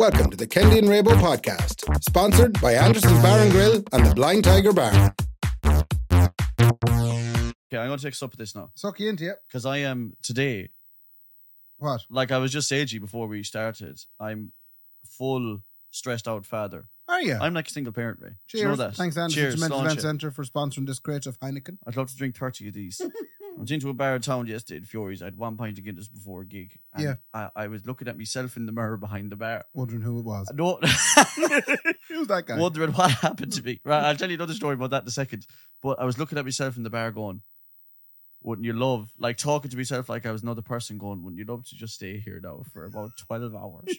Welcome to the Kennedy and Rabo podcast, sponsored by Anderson's Bar and Grill and the Blind Tiger Bar. Okay, I'm gonna take a sip of this now Suck you into it. because I am today. What? Like I was just saying to you before we started, I'm full stressed out father. Are you? I'm like a single parent, Ray. Do Cheers. You know that. Thanks, Anderson Cheers. Mental launch Event it. Centre for sponsoring this crate of Heineken. I'd love to drink 30 of these. I went into a bar in town yesterday in Furies. I had one pint of Guinness before a gig. And Yeah. I, I was looking at myself in the mirror behind the bar. Wondering who it was. No. Who's that guy? wondering Uh, what happened to me. Right, I'll tell you another story about that in a second. But I was looking at myself in the bar going, wouldn't you love, like talking to myself like I was another person going, wouldn't you love to just stay here now for about 12 hours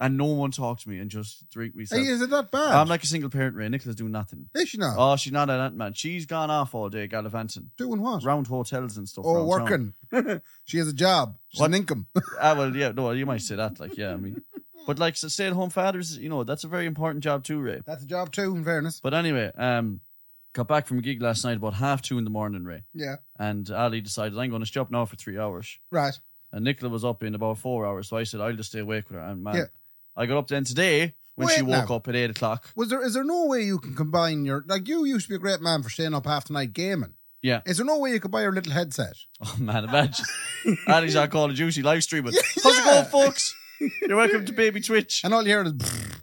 and no one talk to me and just drink Hey, myself? is it that bad? I'm like a single parent, Ray. Nicola's doing nothing. Is she not? Oh, she's not an ant man. She's gone off all day gallivanting Doing what? round hotels and stuff. Oh, round town. working. she has a job. She's What? an income. Ah, well, yeah, no, you might say that. Like, yeah, I mean, but like, so stay at home fathers, you know, that's a very important job too, Ray. That's a job too, in fairness. But anyway, um, got back from a gig last night about half two in the morning, Ray. Yeah. And Ali decided I'm going to stop now for three hours. Right. And Nicola was up in about four hours, so I said I'll just stay awake with her. And man, Yeah. I got up then today when she Wait now. woke up at eight o'clock. Was there is there no way you can combine your like you used to be a great man for staying up half the night gaming? Yeah. Is there no way you could buy your little headset? Oh man, imagine Ali's on Call of Duty live streaming. Yeah. How's it going, folks? You're welcome to Baby Twitch. And all you hear is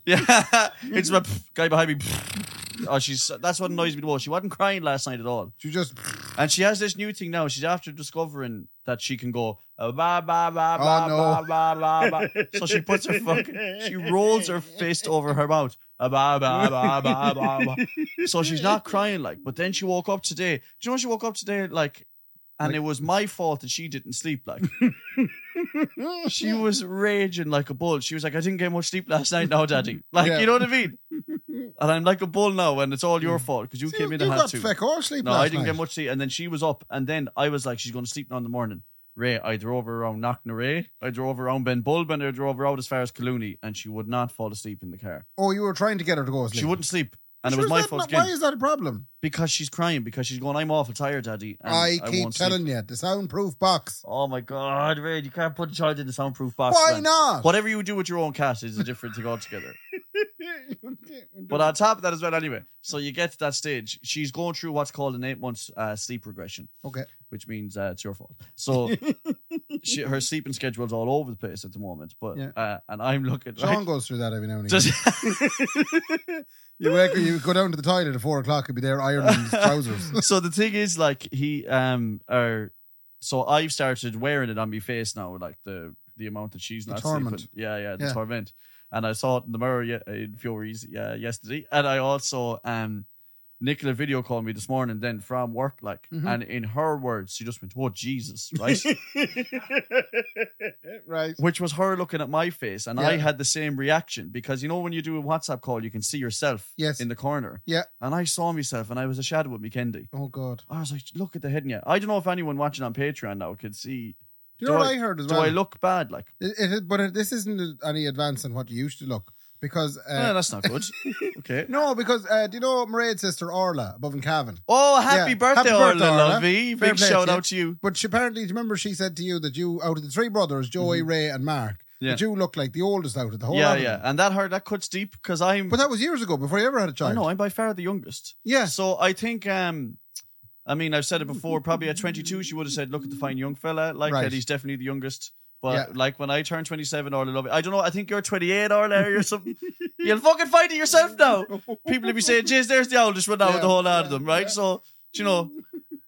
Yeah, it's my guy behind me. Oh, she's that's what annoys me the most. She wasn't crying last night at all, you just and she has this new thing now. She's after discovering that she can go uh, ba ba ba Oh, ba no. ba ba ba ba. So she puts her fucking, she rolls her fist over her mouth. Uh, ba ba ba ba ba ba. So she's not crying like. But then she woke up today. Do you know she woke up today like? And Like- it was my fault that she didn't sleep. Like she was raging like a bull. She was like, "I didn't get much sleep last night, now, Daddy." Like Yeah. you know what I mean? And I'm like a bull now, and it's all your fault because you Mm. See, came in you and had got to. feck or sleep No, last I didn't night. get much sleep. And then she was up, and then I was like, she's going to sleep now in the morning. Ray, I drove her around Knocknaray, I drove her around Ben Bulben, I drove her out as far as Colooney, and she would not fall asleep in the car. Oh, you were trying to get her to go to sleep. She wouldn't sleep. And it Sure, was is my that fault not- Why again is that a problem? because she's crying because she's going, I'm awful tired, Daddy. And I I keep won't sleep." telling you, the soundproof box. Oh my God, Ray, you can't put a child in the soundproof box. Why man. not? Whatever you do with your own cat is a different thing altogether. But on top of that as well, anyway. So you get to that stage. She's going through what's called an eight months uh, sleep regression. Okay. Which means uh, it's your fault. So she, her sleeping schedule's all over the place at the moment. But Yeah. uh, and I'm looking. Sean Right, goes through that every now and again. just, you wake, you go down to the toilet at four o'clock. He'd be there ironing his trousers. so the thing is, like he um or so I've started wearing it on my face now, like the the amount that she's The not torment. sleeping. Yeah, yeah, the Yeah. torment. And I saw it in the mirror ye- in Furies yeah, yesterday, and I also um. Nicola video called me this morning then from work, like, Mhm. and in her words, she just went, Oh, Jesus, right? right. Which was her looking at my face, and I Yeah. had the same reaction because you know when you do a WhatsApp call, you can see yourself Yes. in the corner. Yeah. and I saw myself, and I was a shadow of me, Kendi. Oh God. I was like, look at the head in you. I don't know if anyone watching on Patreon now could see. Do you Do know I- what I heard as Do well? I look bad? Like, It, it, but it, this isn't any advance on what you used to look because eh, uh, that's not good. okay. no, because uh, do you know Mairead's sister Orla above in Cavan? Oh, happy Yeah. birthday, Happy Orla, birthday, Orla. lovey. Fair Big play to shout you. out to you. But she apparently, do you remember she said to you that you, out of the three brothers, Joey, Ray, and Mark, Mm-hmm. Yeah. that you look like the oldest out of the whole. yeah, lot of yeah. them. And that hurt, that cuts deep because I'm, But that was years ago, before you ever had a I child. know, I'm by far the youngest. Yeah. So I think, um, I mean, I've said it before, probably at 22, she would have said, look at the fine young fella. Like, Right. that he's definitely the youngest. But Yeah. like when I turned 27, Orla, lovey, I don't know, I think you're 28, Orla, or something. You'll fucking find it yourself now. people would be saying, "Jeez, there's the oldest one now with the Yeah, whole lot of yeah, them," right? yeah. So, do you know,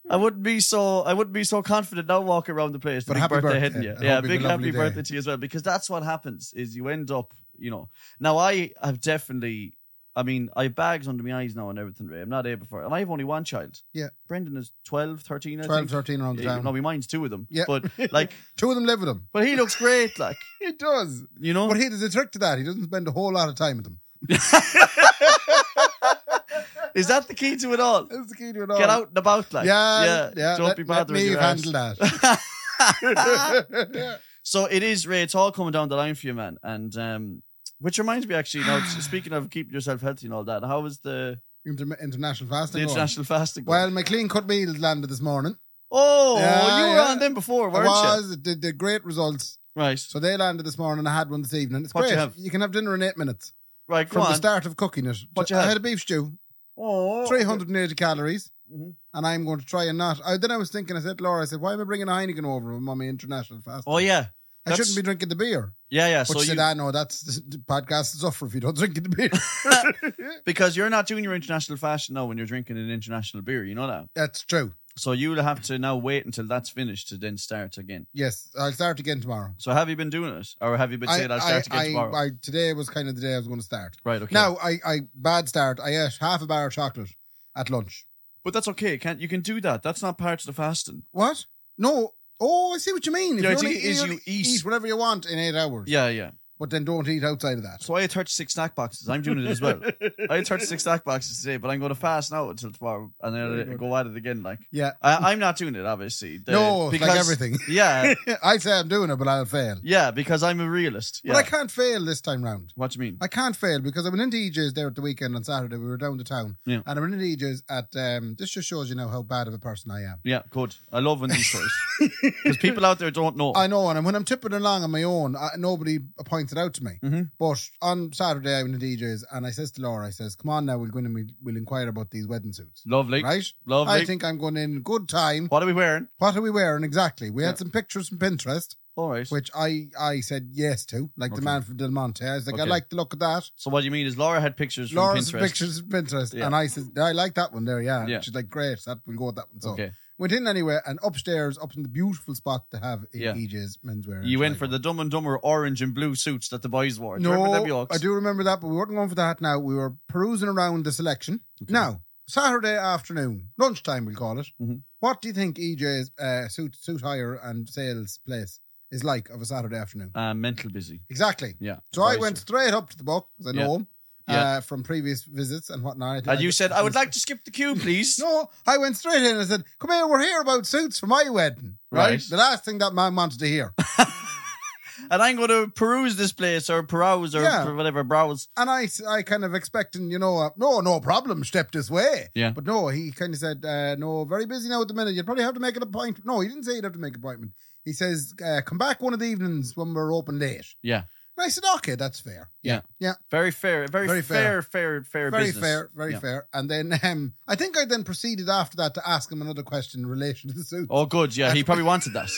I wouldn't be so I wouldn't be so confident now walking around the place. But big happy birthday, hitting you. and yeah, hope you have big a lovely happy day. birthday to you as well, because that's what happens is you end up, you know. Now I have definitely, I mean, I have bags under my eyes now and everything. Ray. I'm not able for it, and I have only one child. Yeah. Brendan is 12, 13, I 12, think. 13 around the Yeah, town. no, my mind's two of them. Yeah. but like, Two of them live with him. but he looks great, like He does. you know. But he there's a trick to that. He doesn't spend a whole lot of time with them. is that the key to it all? That's the key to it all. Get out and about, like Oh. yeah, yeah, Don't let, be let bothering me your ass. handle that. So it is, Ray. It's all coming down the line for you, man. And um, which reminds me, actually, now s- speaking of keeping yourself healthy and all that, how was the, Inter- international the fasting. going. international fasting? going? Well, my clean cut meals landed this morning. oh, Yeah, you were yeah. on them before, I weren't you? was the, the great results. Right. So they landed this morning. I had one this evening. It's What you great. have? can have dinner in eight minutes Right, from come the on. start of cooking it. What you I had? had a beef stew, Oh, 380 calories, Mhm. and I'm going to try and not. I, then I was thinking, I said, Laura, I said, why am I bringing a Heineken over when I'm on my international fast? Oh, yeah. I that's- shouldn't be drinking the beer. Yeah, yeah. But So she said, you, I know that's the podcast is over if you don't drink the beer. because you're not doing your international fashion now when you're drinking an international beer, you know that. that's true. So you'll have to now wait until that's finished to then start again. Yes, I'll start again tomorrow. So have you been doing it, or have you been saying I'll start again I, tomorrow? I, today was kind of the day I was going to start. right. Okay. Now, I, I bad start. I ate half a bar of chocolate at lunch. but that's okay. Can't you can do that? That's not part of the fasting. What? No. Oh, I see what you mean. If The you idea only, e-, is only you eat- whatever you want in eight hours. Yeah, yeah. But then don't eat outside of that. So I had 36 snack boxes. I'm doing it as well. I had 36 snack boxes today, but I'm going to fast now until tomorrow, and Very then good. I'll go at it again. Like yeah. I, I'm not doing it, obviously. The- no, it's like everything. Yeah, I say I'm doing it, but I'll fail. yeah, because I'm a realist. Yeah. But I can't fail this time round. what do you mean? I can't fail because I went into EJ's there at the weekend on Saturday. We were down to town. Yeah. And I went into EJ's at, um, this just shows you now how bad of a person I am. Yeah, good. I love when these stories because people out there don't know. I know, and when I'm tipping along on my own, I, nobody points it out to me. Mhm. But on Saturday, I went to DJ's and I says to Laura, I says, come on now, we'll go in and we'll, we'll inquire about these wedding suits. Lovely, Right? lovely. I think I'm going in good time. what are we wearing? What are we wearing exactly? We Yeah. had some pictures from Pinterest, All right. which I, I said yes to, like Okay. the man from Del Monte. I was like, I Okay. like the look of that. So what you mean is Laura had pictures from Laura's Pinterest. pictures from Pinterest. Yeah. And I said, I like that one there, yeah. Yeah. She's like, great, that we'll go with that one. So Okay. went in anyway, and upstairs, up in the beautiful spot to have Yeah. EJ's menswear. You went July for the Dumb and Dumber orange and blue suits that the boys wore. Do you No, remember them Yorks? I do remember that, but we weren't going for that now. We were perusing around the selection. Okay. Now, Saturday afternoon, lunchtime, we'll call it. Mhm. What do you think EJ's uh, suit, suit hire and sales place is like of a Saturday afternoon? Uh, mental busy. Exactly. Yeah. So I Boys went do. straight up to the book because I know Yeah. him Yeah. uh, from previous visits and whatnot. And you said, I would like to skip the queue, please. No, I went straight in and said, Come here, we're here about suits for my wedding. Right? Right. The last thing that man wanted to hear. And I'm going to peruse this place or peruse or Yeah. pr- whatever, browse. And I, I kind of expecting, you know, uh, no, no problem, step this way. Yeah. But no, he kind of said, uh, no, very busy now at the minute. You'd probably have to make an appointment. No, he didn't say you'd have to make an appointment. He says, uh, come back one of the evenings when we're open late. Yeah. And I said, okay, that's fair. Yeah. Yeah. Very fair, very, Very fair. fair, fair, fair, Very business. fair, very Yeah. fair. And then um, I think I then proceeded after that to ask him another question in relation to the suit. Oh, good. Yeah, he probably wanted that.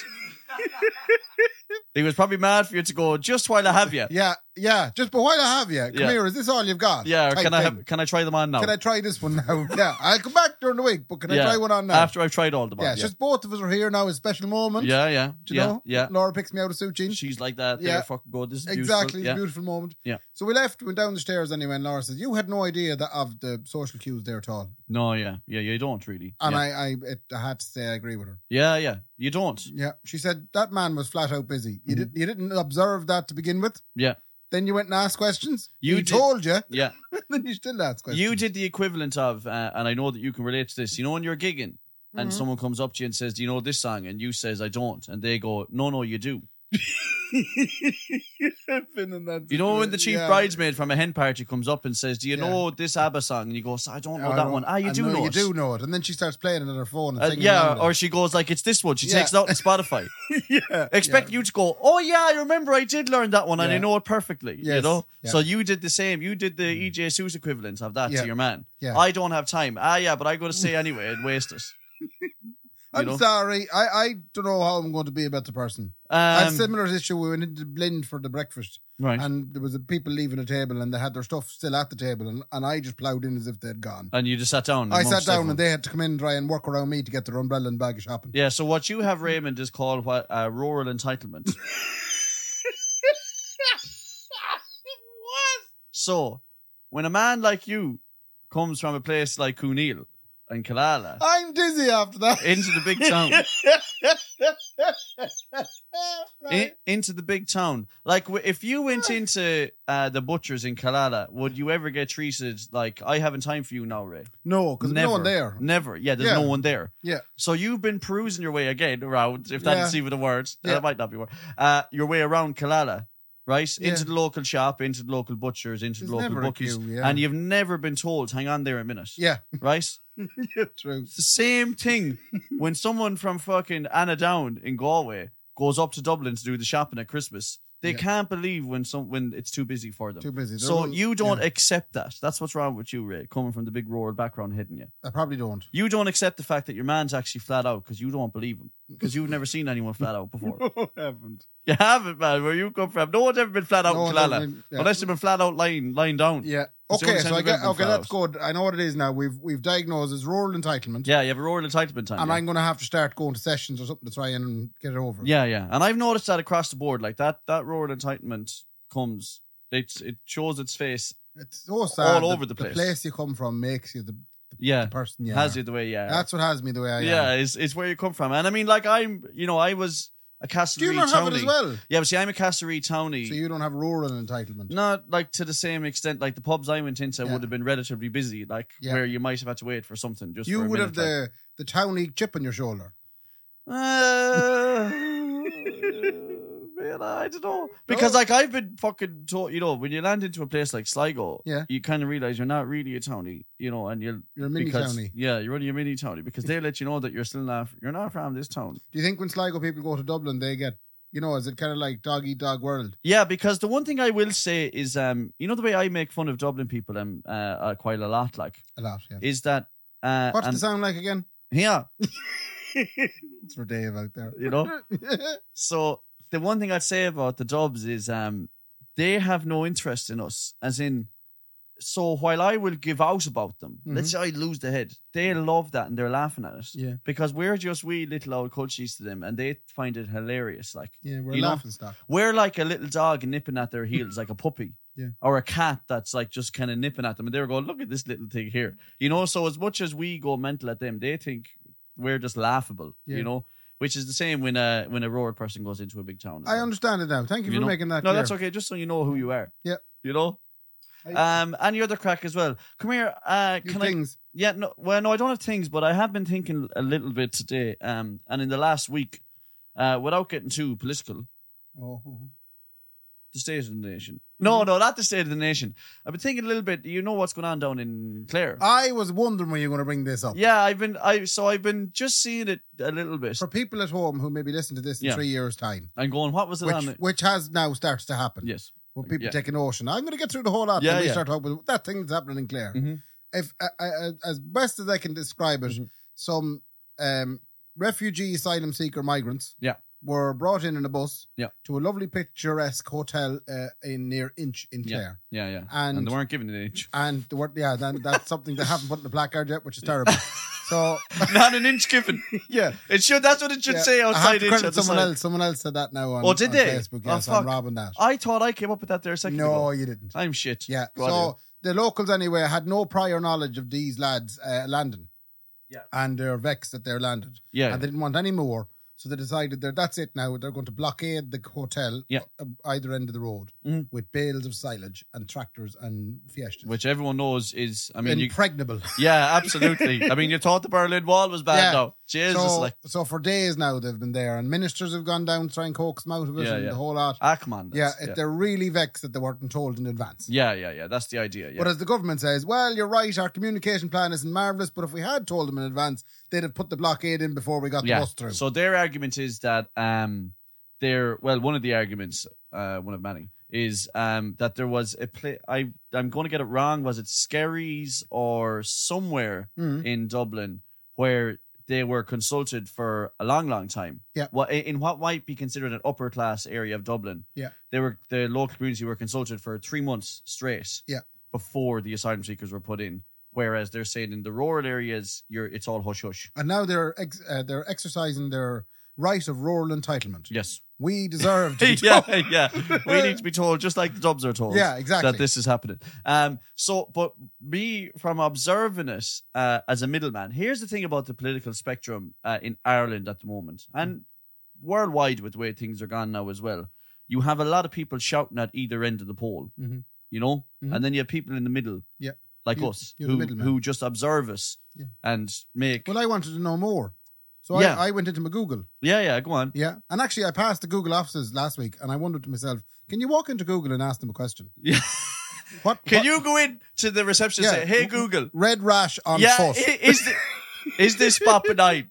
he was probably mad for you to go just while I have you. Yeah, yeah. Just, but while I have you, come Yeah. here, is this all you've got? Yeah, or Type can I thing. have, can I try them on now? Can I try this one now? yeah, I'll come back during the week, but can Yeah. I try one on now? After I've tried all the yeah, yeah, it's just both of us are here now. It's a special moment. yeah, yeah, Do you yeah, know? yeah. Laura picks me out a suit jean. She's like that. Yeah. There, fucking good. This is beautiful. exactly. Yeah. Beautiful moment. Yeah. So we left, went down the stairs anyway, and Laura says, You had no idea that of the social cues there at all. No, yeah, yeah. You don't really. And yeah. I, I, it, I had to say I agree with her. yeah, yeah. You don't. Yeah. She said that man was flat out busy. You Mhm. didn't you didn't observe that to begin with. Yeah. Then you went and asked questions. You he did- told you. Yeah, then you still asked questions. you did the equivalent of, uh, and I know that you can relate to this. You know, when you're gigging and Mhm. someone comes up to you and says, "Do you know this song?" and you says, "I don't," and they go, "No, no, you do." I've been in that You know when the chief situation. Yeah. bridesmaid from a hen party comes up and says, "Do you Yeah. know this ABBA song?" and you go, "So "I don't know I that don't- one." Ah, you I do know, You it. do know it. And then she starts playing it on her phone. And Uh, singing yeah, along with or it. she goes like, "It's this one." She Yeah. takes it out on Spotify. yeah. Expect you to go, "Oh yeah, I remember. I did learn that one, and I Yeah. know it perfectly." You Yes. know. Yeah. Mm-hmm. So you did the same. You did the EJ Suits equivalent of that Yeah. to your man. Yeah. I don't have time. Ah, yeah, but I got to say anyway and waste it. you I'm know? sorry. I, I don't know how I'm going to be a better person. I had a Um, similar issue. We went into Blind for the breakfast, right. And, and there was a people leaving a table, and they had their stuff still at the table, and, and I just ploughed in as if they'd gone. you just sat down. I sat amongst down, everyone. and they had to come in and try and work around me to get their umbrella and bag of shopping. Yeah, so what you have, Raymond, is called what uh, rural entitlement. So, when a man like you comes from a place like Cuneel and Kalala I'm dizzy after that. into the big town, Right. in, into the big town, like w- if you went into uh, the butchers in Kalala, would you ever get treated like I haven't time for you now, Ray? no, because no one Never. there. Never. Yeah, there's Yeah. no one there. Yeah. So you've been perusing your way again around, if that's even a word, Yeah. that might not be a word, uh, your way around Kalala, right? Yeah. Into the local shop, into the local butchers, into There's the local never a bookies. queue, yeah. And you've never been told, hang on there a minute, Yeah, right? yeah, true. It's the same thing when someone from fucking Anna Down in Galway goes up to Dublin to do the shopping at Christmas. They Yeah. can't believe when some when it's too busy for them. Too busy. They're so all- you don't yeah. accept that. That's what's wrong with you, Ray, coming from the big rural background hitting you. I probably don't. You don't accept the fact that your man's actually flat out because you don't believe him. Because you've never seen anyone flat out before. No, I haven't. you haven't, man, where you come from. No one's ever been flat out No, in no, Killala. no, yeah. Unless they've been flat out lying lying down. Yeah. It's the Okay, only time so I I've get ever been okay. flat That's out. good. I know what it is now. We've we've diagnosed as rural entitlement, Yeah, you have a rural entitlement time. and yeah. I'm going to have to start going to sessions or something to try and get it over. Yeah, yeah. And I've noticed that across the board, like that that rural entitlement comes it's it shows its face. it's so sad. All that over the place. The place you come from makes you the Yeah. person you Has are. it the way, yeah. That's what has me the way I yeah, am. it's it's where you come from. And I mean like I'm you know, I was a Do you Castlereagh not have it as townie. well? Yeah, but see I'm a Castlereagh townie. So you don't have rural entitlement. not like to the same extent, like the pubs I went into Yeah. would have been relatively busy, like Yeah. where you might have had to wait for something. Just you for a would have minute, like- the the town league chip on your shoulder. Uh, man, I don't know. Because, like, I've been fucking taught, you know, when you land into a place like Sligo, Yeah. you kind of realize you're not really a townie, you know, and you're. You're a mini because, townie. Yeah, you're only a mini townie because they let you know that you're still not, you're not from this town. Do you think when Sligo people go to Dublin, they get, you know, is it kind of like dog eat dog world? Yeah, because the one thing I will say is, um, you know, the way I make fun of Dublin people um, uh, uh, quite a lot, like, A lot, yeah. is that. Uh, What's and- the sound like again? yeah, It's for Dave out there. you know? So the one thing I'd say about the Dubs is um they have no interest in us, as in. So while I will give out about them, let's say I lose the head, they love that and they're laughing at us yeah, because we're just wee little old coaches to them, and they find it hilarious. Like yeah, we're You know? laughing stock. we're like a little dog nipping at their heels, like a puppy. Yeah. Or a cat that's like just kind of nipping at them, and they're going, "Look at this little thing here," you know. So as much as we go mental at them, they think we're just laughable, Yeah. you know. Which is the same when a when a rural person goes into a big town. as I well. understand it now. Thank you, You for know? making that No, clear. that's okay. Just so you know who you are. Yeah. You know. I- Um, and your other crack as well. Come here. Uh, Few can I? things. Yeah. No. Well, no, I don't have things, but I have been thinking a little bit today. Um, and in the last week, uh, without getting too political, Oh, oh, oh. the state of the nation. Mm-hmm. No, no, not the state of the nation. I've been thinking a little bit. You know what's going on down in Clare? I was wondering when you were going to bring this up. yeah, I've been. I so I've been just seeing it a little bit. For people at home who maybe listen to this in Yeah. three years' time, I'm going. What was it which on? it? which has now starts to happen. Yes. Where people Yeah. taking ocean. I'm going to get through the whole lot. Yeah, Yeah, we yeah. start talking about that thing that's happening in Clare. Mhm. If uh, uh, as best as I can describe it, Mhm. some um, refugee, asylum seeker, migrants. Yeah. Were brought in in a bus. Yeah. To a lovely picturesque hotel uh, in near Inch in Yeah. Clare, Yeah, yeah. And- and they weren't given an inch. and the word yeah, then that's something they haven't put in the placard yet, which is terrible. so Not an inch given. yeah. It should. That's what it should Yeah. say I have outside to inch. credit at the someone side. else. Someone else said that now on, Oh, did on they? Facebook. Oh, Yes, I'm fuck. robbing that. I thought I came up with that there a second no, ago. you didn't. I'm shit. Yeah. Go on, so Ian. the locals anyway had no prior knowledge of these lads uh, landing. Yeah. And they're vexed that they're landed, yeah. and they didn't want any more. So they decided that that's it now. They're going to blockade the hotel, Yeah. uh, either end of the road, Mhm. with bales of silage and tractors and fiestas. which everyone knows is. I mean, you, impregnable. yeah, absolutely. I mean, you thought the Berlin Wall was Yeah. bad now. Jesus, so, like, so for days now they've been there, and ministers have gone down to try and coax them out of it, Yeah, and yeah. the whole lot. ah, come on. Yeah, that's- it- they're really vexed that they weren't told in advance. yeah, yeah, yeah, yeah. That's the idea. Yeah. But as the government says, well, you're right, our communication plan isn't marvellous, but if we had told them in advance, they'd have put the blockade in before we got the bus through. So their argument is that um there well one of the arguments uh one of many is um that there was a play I I'm going to get it wrong was it Skerries or somewhere Mhm. in Dublin where they were consulted for a long long time. Yeah. What in what might be considered an upper class area of Dublin. Yeah. They were the local community were consulted for 3 months straight. Yeah. Before the asylum seekers were put in whereas they're saying in the rural areas you're it's all hush hush. and now they're ex- uh, they're exercising their right of rural entitlement. Yes. We deserve to be yeah, told. yeah. We need to be told, just like the Dubs are told. Uh, Yeah, exactly. That this is happening. Um. So, but me from observing it uh, as a middleman. Here's the thing about the political spectrum uh, in Ireland at the moment, Mm. and worldwide with the way things are gone now as well. You have a lot of people shouting at either end of the pole. Mhm. You know, Mhm. and then you have people in the middle. Yeah. Like You- us, you're the who middleman. who just observe us Yeah. and make. Well, I wanted to know more. So Yeah. I, I went into my Google. yeah, yeah. Go on. Yeah. And actually, I passed the Google offices last week and I wondered to myself, can you walk into Google and ask them a question? Yeah. What Can what- you go in to the reception and Yeah. say, "Hey, Google, Red rash on yeah, foot. i- is thi- is this Papa Nine?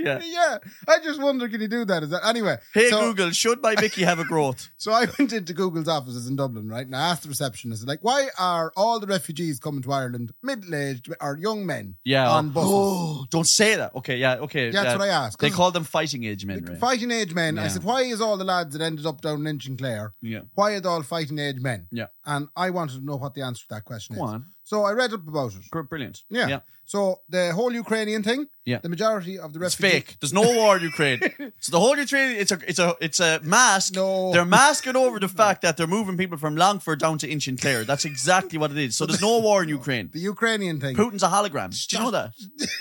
Yeah. yeah. I just wonder, can you do that? Is that anyway? Hey so, Google, should my Mickey have a growth? So I went into Google's offices in Dublin, right? And I asked the receptionist, like, why are all the refugees coming to Ireland middle-aged or young men Yeah. on buses? Oh, don't say that. Okay, yeah, okay. Yeah, yeah. that's what I asked. They 'Cause call them fighting age men, the right? fighting age men. I Yeah. said, why is all the lads that ended up down in Inchinclare, yeah. why are they all fighting age men? Yeah. And I wanted to know what the answer to that question Go is. on. So I read up about it. Gr- Brilliant. Yeah. yeah. So the whole Ukrainian thing, Yeah. the majority of the It's refugees. fake. There's no war in Ukraine. so the whole Ukraine, it's a, it's a, it's a mask. No. They're masking over the fact that they're moving people from Longford down to Inch and Clare. That's exactly what it is. So there's no war in Ukraine. The Ukrainian thing. Putin's a hologram. Did you know that?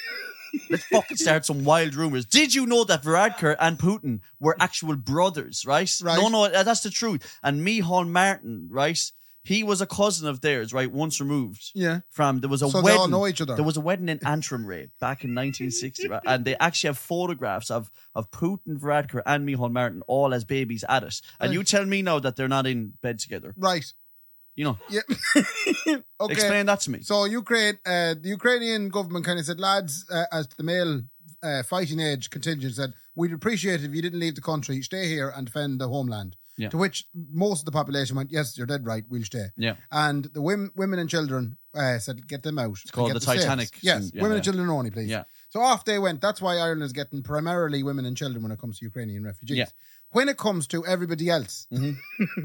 Let's fucking start some wild rumors. Did you know that Varadkar and Putin were actual brothers, right? Right. No, no, that's the truth. And Mihon Martin, right? He was a cousin of theirs, right? Once removed Yeah. from there was a So they wedding. all know each other. There was a wedding in Antrim, Ray, back in 1960, right? and they actually have photographs of of Putin, Varadkar, and Mihal Martin all as babies at it. And you tell me now that they're not in bed together. Right. You know, Yeah. okay. explain that to me. So Ukraine, uh, the Ukrainian government kind of said, lads, uh, as the male uh, fighting age contingent said, we'd appreciate if you didn't leave the country, stay here and defend the homeland. Yeah. To which most of the population went, yes, you're dead right, we'll stay. Yeah. And the women, women and children uh, said, get them out. It's called the Titanic. Yes, Yeah, women and yeah. children only, please. Yeah. So off they went. That's why Ireland is getting primarily women and children when it comes to Ukrainian refugees. Yeah. Mm-hmm. When it comes to everybody else,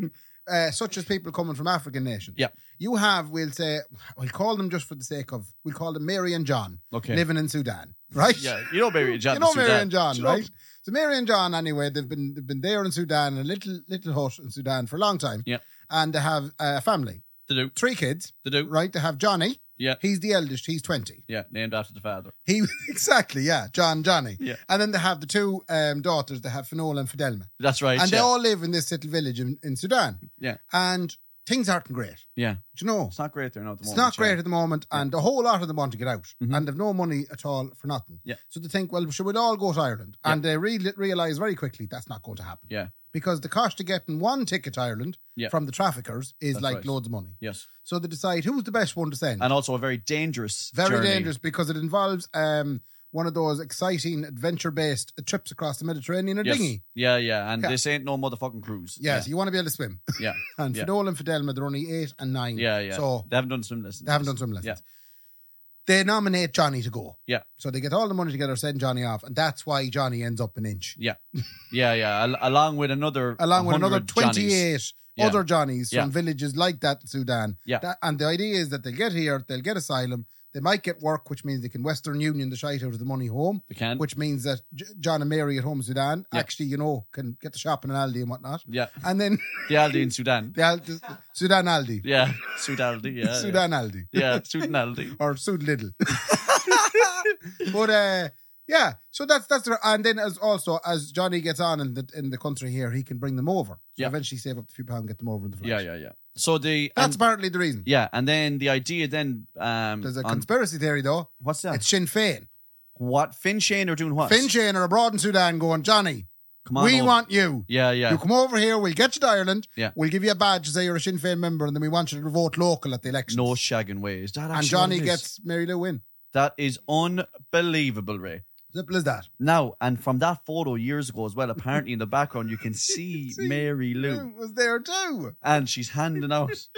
uh, such as people coming from African nations, Yeah. you have, we'll say, we'll call them just for the sake of, we'll call them Mary and John Okay. living in Sudan, right? yeah, you know Mary and John. you know the Mary Sudan. and John, Shut up. right? So Mary and John, anyway, they've been they've been there in Sudan, in a little little hut in Sudan for a long time. Yeah. and they have a family, To do, three kids, to do. right? They have Johnny. Yeah. he's the eldest. He's twenty. Yeah, named after the father. He exactly, yeah, John, Johnny. Yeah. and then they have the two um, daughters. They have Finola and Fidelma, That's right. and they yeah. all live in this little village in, in Sudan. Yeah. and things aren't great. yeah, Do you know? it's not great there now. At the It's moment, not yeah. great at the moment, and a whole lot of them want to get out, Mhm. and they've no money at all for nothing. Yeah. So they think, well, should we all go to Ireland? Yeah. And they re- realize very quickly that's not going to happen. Yeah. Because the cost of getting one ticket to Ireland Yeah. from the traffickers is That's like right. loads of money. Yes, So they decide who's the best one to send. and also a very dangerous, Very journey. dangerous because it involves um one of those exciting adventure-based trips across the Mediterranean in a Yes. dinghy. Yeah, yeah, and Yeah. this ain't no motherfucking cruise. Yeah, so you want to be able to swim. yeah, And Yeah. Fidol and Fidelma, they're only eight and nine. yeah, yeah. yeah. So they haven't done swim lessons. They haven't done swim lessons. Yeah. They nominate Johnny to go. Yeah. So they get all the money together, send Johnny off, and that's why Johnny ends up an inch. Yeah, yeah. Al- along with another, Along with 100 another Johnnies. 28 Yeah. other Johnnies from Yeah. villages like that in Sudan. Yeah. That- and the idea is that they'll get here, they'll get asylum, they might get work, which means they can Western Union the shite out of the money home, They can. which means that J- John and Mary at home in Sudan Yeah. actually, you know, can get the shopping in Aldi and whatnot. yeah, And then the Aldi in Sudan. the, Al- the Sudan Aldi. Yeah, Sudan Aldi. Yeah, Sudan Aldi. Yeah, yeah Sudan Aldi. or Sud Little. but uh, yeah, so that's that's the, and then as also as Johnny gets on in the in the country here, he can bring them over. So Yeah. eventually save up a few pounds, get them over in the flash. Yeah, yeah, yeah. So the That's and, partly the reason. yeah, and then the idea then um, There's a on- conspiracy theory though. what's that? It's Sinn Fein. what Finn Shane are doing what? Finn Shane are abroad in Sudan going, Johnny, Come on we over. want you. Yeah, You yeah, come over here, we'll get you to Ireland, Yeah. we'll give you a badge to say you're a Sinn Féin member, and then we want you to vote local at the election. no shagging way. Is that and actually Johnny what it is? gets Mary Lou in. that is unbelievable, Ray. Simple as that. Now, and from that photo years ago as well, apparently in the background you can see, See Mary Lou, Lou was there too. and she's handing out.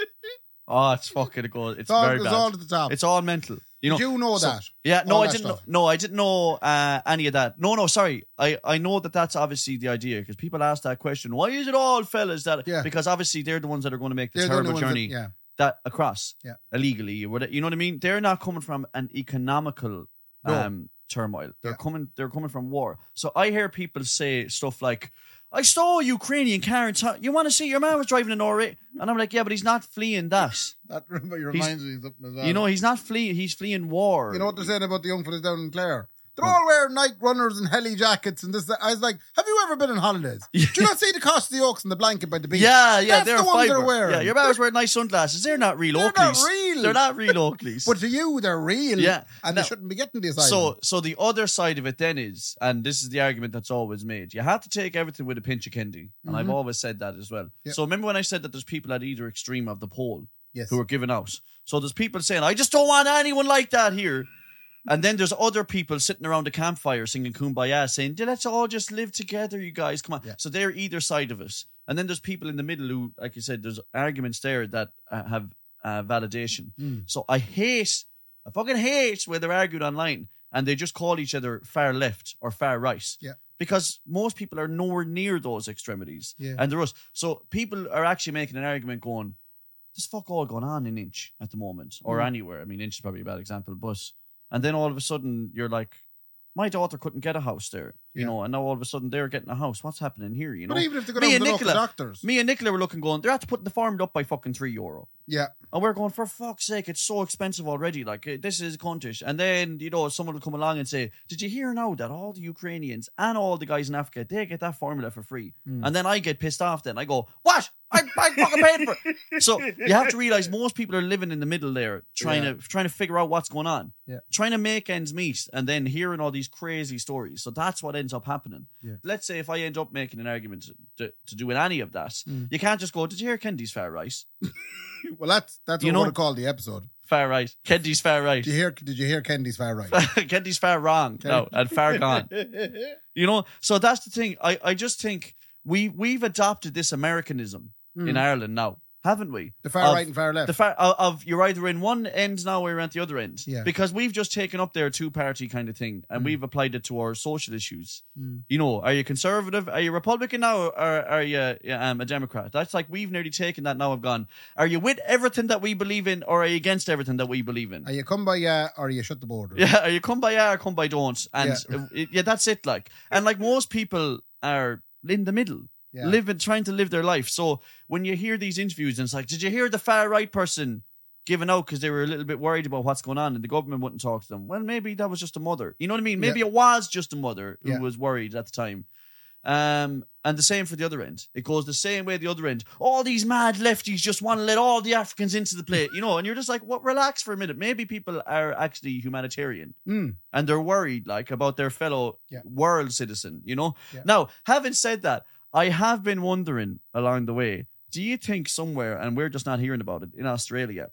oh, it's fucking good. It's It's all, very it's bad. all at the top. It's all mental. You know. Did you know so- that? yeah. No, all I that didn't. Know, stuff. no, I didn't know uh, any of that. No, no. Sorry. I I know that that's obviously the idea because people ask that question. Why is it all fellas that? Yeah. Because obviously they're the ones that are going to make this They're the only terrible ones that- journey that, yeah. across Yeah. illegally. or whatever. You know what I mean? They're not coming from an economical No. um turmoil. They're Yeah. coming. They're coming from war. So I hear people say stuff like. I saw a Ukrainian car in town. You want to see your man was driving an R8? And I'm like, yeah, but he's not fleeing that. That remember, you reminds me of something as well. You know, he's not fleeing. He's fleeing war. you know what they're saying about the young fellas down in Clare? They're all wearing Nike runners and heli jackets and this. that. I was like, have you ever been on holidays? Do you not see the cost of the oaks and the blanket by the beach? Yeah, yeah, That's they're the ones fiber. they're wearing. Yeah, your man's wearing nice sunglasses. They're not real They're not Oakleys. real. They're not real Oakleys. But to you, they're real. Yeah. And Now- they shouldn't be getting the asylum. so, so the other side of it then is, and this is the argument that's always made. You have to take everything with a pinch of candy, and I've Mhm. always said that as well. Yeah. So remember when I said that there's people at either extreme of the pole yes. who are giving out. So there's people saying, "I just don't want anyone like that here." And then there's other people sitting around a campfire singing Kumbaya, saying, "Yeah, let's all just live together, you guys. Come on. Yeah. So they're either side of us. And then there's people in the middle who, like you said, there's arguments there that uh, have uh, validation. Mm. So I hate, I fucking hate where they're argued online and they just call each other far left or far right. Yeah. Because most people are nowhere near those extremities. Yeah. And they're us. So people are actually making an argument going, there's fuck all going on in Inch at the moment or Mm. anywhere. I mean, Inch is probably a bad example, but. And then all of a sudden you're like, my daughter couldn't get a house there, you Yeah. know, and now all of a sudden they're getting a house. What's happening here, you know? But even if they go down Me to and the local Nicola- doctors, Me and Nicola were looking, going, they're after putting the farm up by fucking three euro. yeah, And we're going, for fuck's sake, it's so expensive already. Like, eh, this is cuntish. And then, you know, someone will come along and say, Did you hear now that all the Ukrainians and all the guys in Africa, they get that formula for free? Mm. And then I get pissed off then. I go, What? I, I fucking paid for it. So you have to realize most people are living in the middle there, trying Yeah. to trying to figure out what's going on, Yeah. trying to make ends meet, and then hearing all these crazy stories. So that's what ends up happening. Yeah. Let's say if I end up making an argument to, to doing any of that, Mm. you can't just go, Did you hear Kendi's far right? well, that's that's what You we're know- gonna call the episode. Far right. Kendi's far right. Did you hear? Did you hear Kendi's far right? Kendi's far wrong. No, and far gone. Hmm. You know, so that's the thing. I, I just think we we've adopted this Americanism in Mm. Ireland now, haven't we? the far of- right and far left. The fact of, of you're either in one end now or you're at the other end. Yeah. Because we've just taken up their two party kind of thing and Mm. we've applied it to our social issues. Mm. You know, are you conservative? Are you Republican now or are you um, a Democrat? That's like we've nearly taken that now. I've gone, are you with everything that we believe in or are you against everything that we believe in? Are you come by yeah, or you shut the border? Yeah, or you come by yeah or come by don't. And Yeah. uh, it- yeah, that's it. Like, and like most people are in the middle, Yeah. living, trying to live their life. So when you hear these interviews, and it's like, did you hear the far right person giving out because they were a little bit worried about what's going on and the government wouldn't talk to them? Well, maybe that was just a mother. You know what I mean? Maybe it was just a mother who Yeah. was worried at the time. Um, and the same for the other end. It goes the same way the other end. All these mad lefties just want to let all the Africans into the play, you know. And you're just like, what? Relax for a minute. Maybe people are actually humanitarian Mm. and they're worried like about their fellow Yeah. world citizen you know Yeah. now having said that i have been wondering along the way do you think somewhere and we're just not hearing about it in australia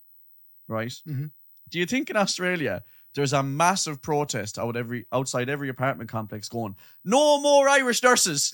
right Mhm. do you think in australia there's a massive protest out every outside every apartment complex going no more irish nurses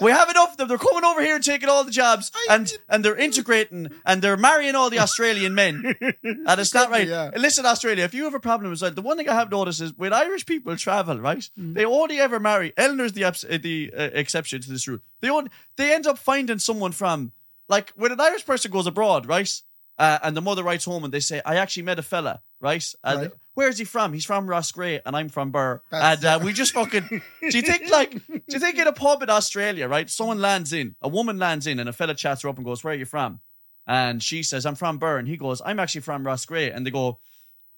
we have enough of them they're coming over here and taking all the jobs I- and and they're integrating and they're marrying all the australian men and it's not could right. be, yeah. Listen, Australia, if you have a problem with that, the one thing I have noticed is when Irish people travel, right, Mm. they only ever marry. Eleanor's the abs- uh, the uh, exception to this rule. They only, they end up finding someone from like when an Irish person goes abroad, right, uh, and the mother writes home and they say, "I actually met a fella, right, and Right. where is he from? He's from Ross Grey, and I'm from Burr, That's- and uh, we just fucking." do you think like do you think in a pub in Australia, right? Someone lands in, a woman lands in, and a fella chats her up and goes, "Where are you from?" And she says, "I'm from Burr," and he goes, "I'm actually from Ross Grey," and they go,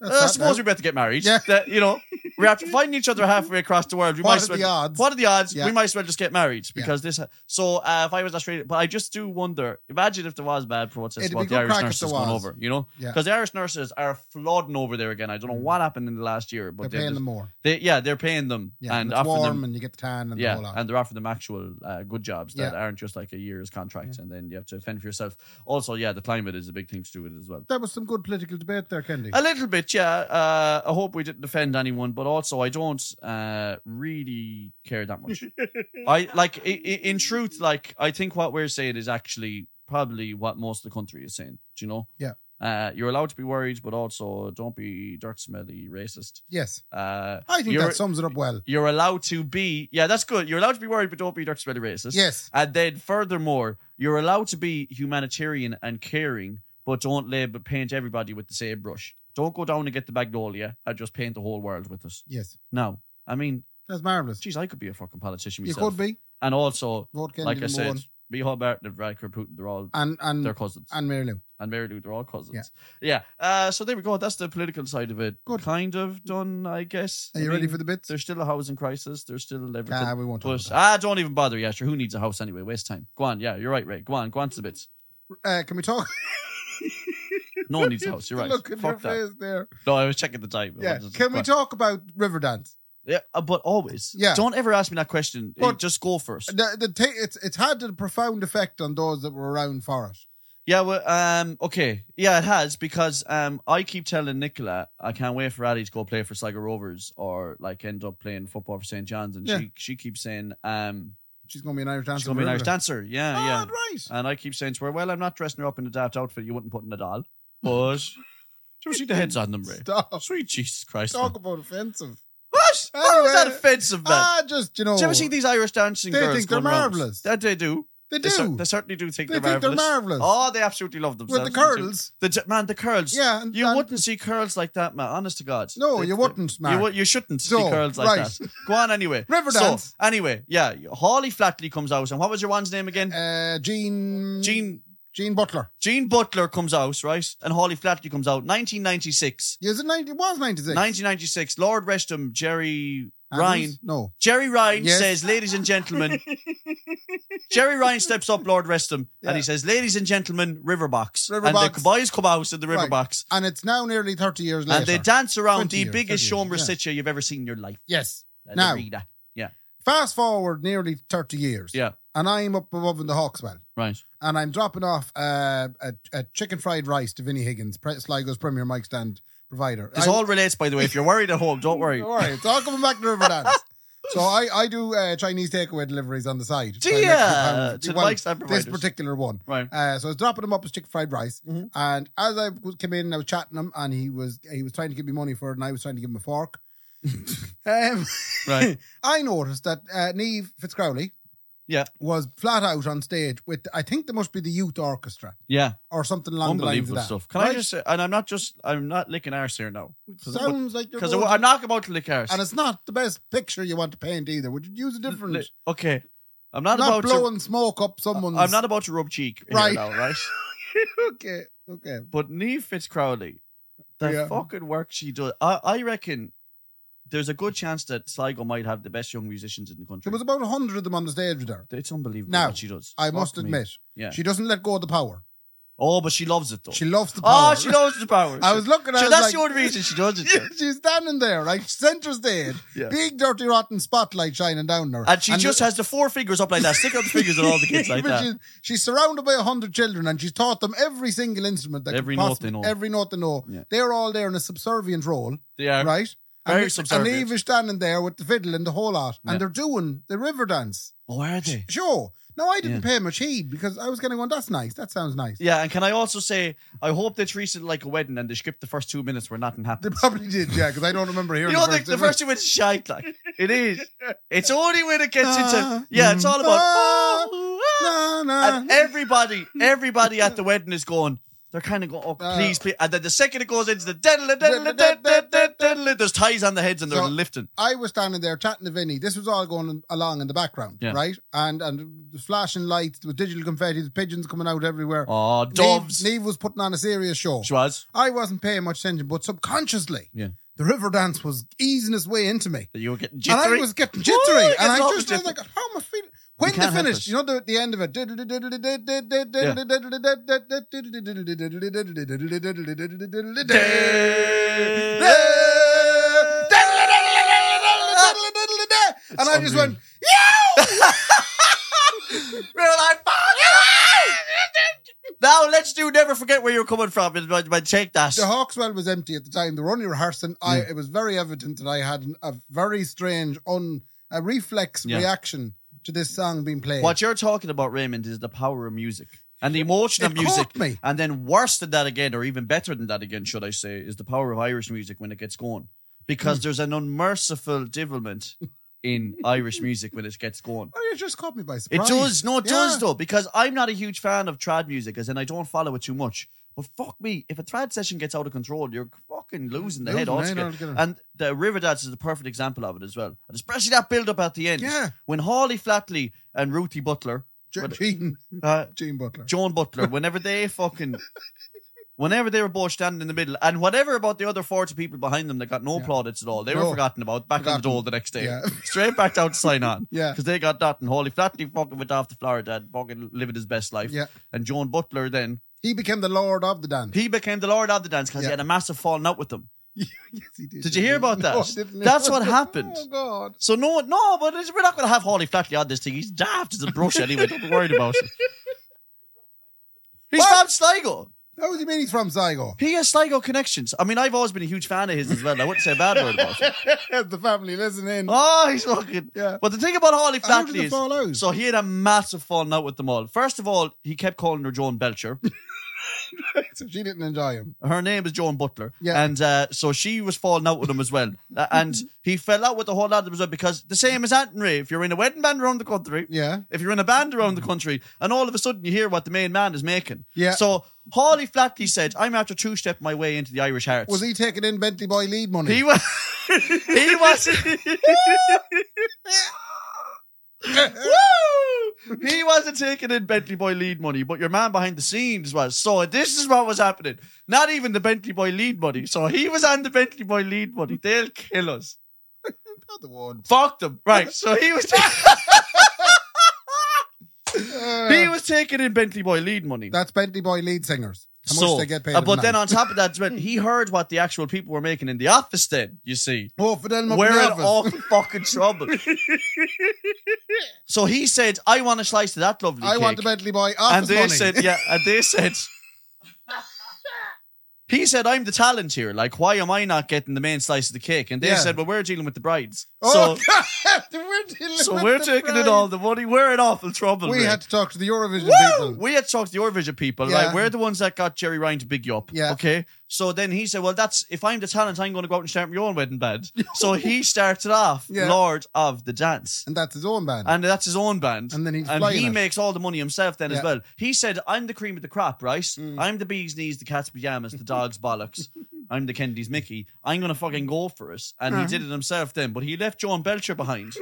That's "Uh, "I not suppose nice. we better get married." Yeah. That, you know, we have to find each other halfway across the world. We might What as are well the odds? what are the odds? Yeah. We might as well just get married Yeah. because this. So uh, if I was Australian, but I just do wonder. Imagine if there was bad protests It'd be about the good Irish crack if nurses there going was. over, you know, Yeah. Mm. because the Irish nurses are flooding over there again. I don't know what happened in the last year, They're but they, paying them more. they yeah they're paying them Yeah, and and it's offering warm them and you get the tan and the yeah, whole lot. and they're offering them actual uh, good jobs that Yeah. aren't just like a year's contract, and then you have to fend for yourself. Also, yeah, the climate is a big thing to do with it as well. that was some good political debate there, Kendi. A little bit, yeah. Uh, I hope we didn't offend anyone, but also I don't uh, really care that much. I like, i- i- in truth, like I think what we're saying is actually probably what most of the country is saying. Do you know? Yeah. Uh, you're allowed to be worried, but also don't be dirt smelly racist. Yes, Uh, I think You're- that sums it up well. you're allowed to be, yeah, that's good. You're allowed to be worried, but don't be dirt smelly racist. Yes, And then furthermore, you're allowed to be humanitarian and caring, but don't label paint everybody with the same brush. Don't go down and get the magnolia and just paint the whole world with us. yes, No. I mean, that's marvelous. geez, I could be a fucking politician You myself. could be And also, vote Kendi like I number said, one. Michal Martin and Vladimir Putin, they're all and and they're cousins. And, and Mary Lou. Mary Lou, they're all cousins. Yeah. Uh, so there we go. That's the political side of it. Good. Kind of done, I guess. Are you I ready mean, for the bits? There's still a housing crisis. There's still everything. Nah, we won't talk But about ah, don't even bother. Yeah, sure. Who needs a house anyway? Waste time. Go on. Yeah, you're right, Ray. Go on. Go on to the bits. that. Uh, can we talk? No one needs a house. You're right. Look at your Fuck that. face there. No, I was checking the time. Yeah. Just- Can we but- talk about Riverdance? Yeah, uh, but always. Yeah. Don't ever ask me that question. Eh, But- Just go first. The, the ta- it's it's had a profound effect on those that were around for it. Yeah, well, um, okay. Yeah, it has because um, I keep telling Nicola I can't wait for Addie to go play for Sligo Rovers or like end up playing football for St John's, and Yeah. she she keeps saying um, She's going to be an Irish dancer. she's gonna be an Irish dancer. Yeah, Ah, yeah. right. And I keep saying to her, "Well, I'm not dressing her up in a daft outfit. You wouldn't put in a doll, but she see the heads on them, Ray. Stop. Sweet Jesus Christ! Talk man. about offensive. What? Ah, How is that Ray. offensive, man? Ah, just, you know. Do you ever see these Irish dancing They girls? think they're going around? marvellous. That they do. They They, cer- do. they certainly do think They they're think they're marvelous. marvellous. Oh, they absolutely love With themselves. the they do. curls. The j- man, the curls. Yeah. And, You and- wouldn't see curls like that, man. Honest to God. No, They- you they- wouldn't, You, Mark. wou- you shouldn't see So, curls like right. that. Go on anyway. Riverdance. So, anyway, yeah. Holly Flatley comes out, and what was your one's name again? Uh, Gene. Jean Gene Butler. Jean Butler comes out, right? And Holly Flatley comes out. 1996. Yes, it, 90, it was 96. 1996. Lord rest him, Jerry Andrews? Ryan. No. Jerry Ryan Yes. says, ladies and gentlemen, Jerry Ryan steps up, Lord Restum, Yeah. and he says, ladies and gentlemen, Riverbox. And Riverbox. the boys come out in the Right. Riverbox. And it's now nearly 30 years later. And they dance around 20 the years, biggest 30 Shomer years, yeah. sitcha you've ever seen in your life. yes. La Now. Vida. Fast forward nearly 30 years. Yeah. And I'm up above in the Hawkswell. Right. And I'm dropping off uh, a, a chicken fried rice to Vinnie Higgins, Pre- Sligo's premier mic stand provider. This I- all relates, by the way. If you're worried at home, don't worry. Don't worry, it's all coming back to Riverdance. so I, I do uh, Chinese takeaway deliveries on the side. Do Try and ya? make To people- the well, mic stand This providers. particular one. Right. Uh, so I was dropping him up as chicken fried rice, Mhm. and as I was- came in, I was chatting him, and he was he was trying to give me money for it, and I was trying to give him a fork. um, Right. I noticed that uh, Neve Fitzcrowley, Yeah. was flat out on stage with I think there must be the youth orchestra Yeah. or something along the lines of Unbelievable that. stuff. Can I Right? just say, and I'm not just, I'm not licking arse here now. Because sounds like you're going to- I'm not about to lick arse. and it's not the best picture you want to paint either. Would you use a different? Li- Okay. I'm not, not about to, blowing smoke up someone's. I'm not about to rub cheek here Right. now, right? okay. Okay. But Neve Fitzcrowley, the Yeah. fucking work she does, I, I reckon there's a good chance that Sligo might have the best young musicians in the country. There was about a hundred of them on the stage with her. it's unbelievable Now, what she does. I Fuck must me. admit, Yeah. she doesn't let go of the power. oh, but she loves it though. She loves the power. oh, she loves the power. I was looking at. Sure, her, that's like, the only reason she does it. sure. She's standing there, right, center stage, Yeah. big dirty rotten spotlight shining down on her, And she just has the four fingers up like that. Stick out the fingers of all the kids like But that. She's, she's surrounded by a hundred children, and she's taught them every single instrument that Every could note possibly- they know. Every note they know. Yeah. They're all there in a subservient role, They are. right? Very and, subservient. And Eve is standing there with the fiddle and the whole lot, and Yeah. they're doing the river dance. Oh, are they? Sure. No, I didn't pay much heed because I was going to go, that's nice. That sounds nice. Yeah, and can I also say, I hope they treated it like a wedding and they skipped the first two minutes where nothing happened. They probably did, yeah, because I don't remember hearing You don't the think first the first two minutes is shite like it is. It's only when it gets Ah, into yeah, it's all about ah, oh, ah. Na, na. and everybody, everybody at the wedding is going. They're kind of going, oh Ah. please, please, and then the second it goes into the diddle, diddle, diddle, diddle, diddle, there's ties on the heads and they're So- lifting. I was standing there chatting to Vinny. This was all going along in the background, Yeah. right? And and the flashing lights, the digital confetti, the pigeons coming out everywhere. Oh, Niamh- doves, Niamh was putting on a serious show. which was I wasn't paying much attention, but subconsciously, Yeah. the river dance was easing its way into me. that you were getting And I jittery. was getting jittery. it and I gets all just was jittery. like, how am I feeling? When can't they help finished, it. you know, the, the end of it. And I just went, Real life podcast. Now let's do never forget where you're coming from. and- and- and Take that. the Hawkswell was empty at the time. They were only rehearsing. I, it was very evident that I had a very strange, un, a reflex Yeah. reaction to this song being played. What you're talking about, Raymond, is the power of music and the emotion of It music. caught me. And then, worse than that again, or even better than that again, should I say, is the power of Irish music when it gets going. Because Hmm. there's an unmerciful devilment in Irish music when it gets going. Oh, you just caught me by It surprise. does, no, it Yeah. does though, because I'm not a huge fan of trad music, as in I don't follow it too much. But fuck me, if a trad session gets out of control, you're fucking losing the Losing head the head altogether. altogether. And the River Dance is the perfect example of it as well, and especially that build up at the end. Yeah. when Hawley Flatley and Ruthie Butler, Je- But- Gene, uh, Gene Butler. John Butler, whenever they fucking, whenever they were both standing in the middle, and whatever about the other forty people behind them that got no Yeah. plaudits at all, they No. were forgotten about. Back on Forgotten. the dole the next day, Yeah. straight back down to sign on. Yeah. because they got that and Holy Flatley fucking went off to Florida and fucking living his best life. Yeah. and John Butler then He became the lord of the dance. he became the lord of the dance because Yeah. he had a massive falling out with them. yes, he did. Did you hear about No, that? I didn't. That's what happened. Oh God. So no, no, but it's- we're not going to have Holly Flatley on this thing. He's daft as a brush anyway. Don't be worried about it. He's What? from Sligo. How do you mean he's from Sligo? He has Sligo connections. I mean, I've always been a huge fan of his as well. and I wouldn't say a bad word about him. the family listening. Oh, he's fucking. Yeah. But the thing about Holly How did Flatley it is. fall out? So he had a massive falling out with them all. First of all, he kept calling her Joan Belcher. So she didn't enjoy him. Her name is Joan Butler. Yeah. And uh, so she was falling out with him as well. Uh, and he fell out with the whole lot of them as well because the same as Aunt Ray, if you're in a wedding band around the country, Yeah. if you're in a band around the country, and all of a sudden you hear what the main man is making. Mm-hmm. Yeah. So Hawley Flatley said, I'm after two step my way into the Irish Hearts. Was he taking in Bentley Boy lead money? He was. he was. uh, Woo! He wasn't taking in Bentley Boy lead money, but your man behind the scenes was. So this is what was happening. Not even the Bentley Boy lead money. So he was on the Bentley Boy lead money. They'll kill us. Not the one. Fuck them. Right. So he was. Uh, he was taking in Bentley Boy lead money. that's Bentley Boy lead singers. How much they get paid? uh, a but then night. on top of that, as well, he heard what the actual people were making in the office. Then you see, oh, for them up in We're the in office. awful fucking trouble. so he said, "I want a slice of that lovely I cake." want the Bentley Boy office and they money. said, "Yeah," and they said. He said, "I'm the talent here. Like, why am I not getting the main slice of the cake?" And they Yeah. said, "Well, we're dealing with the brides, oh, so God, we're dealing so with we're the taking prize. it all the money. We're in awful trouble. We Ray. had to talk to the Eurovision Woo! people. We had talked to your vision people. Yeah. Like, we're the ones that got Jerry Ryan to big you up. Yeah. Okay. So then he said, Well, that's if I'm the talent, I'm going to go out and start my own wedding band. so he started off Yeah. Lord of the Dance. And that's his own band. And that's his own band. And then he's and flying he it. makes all the money himself then Yeah. Mm. as well. He said, I'm the cream of the crop, right? I'm the bee's knees, the cat's pajamas, the dog's bollocks. I'm the Kennedy's Mickey. I'm gonna fucking go for it. And Uh-huh. he did it himself then, but he left Joan Belcher behind.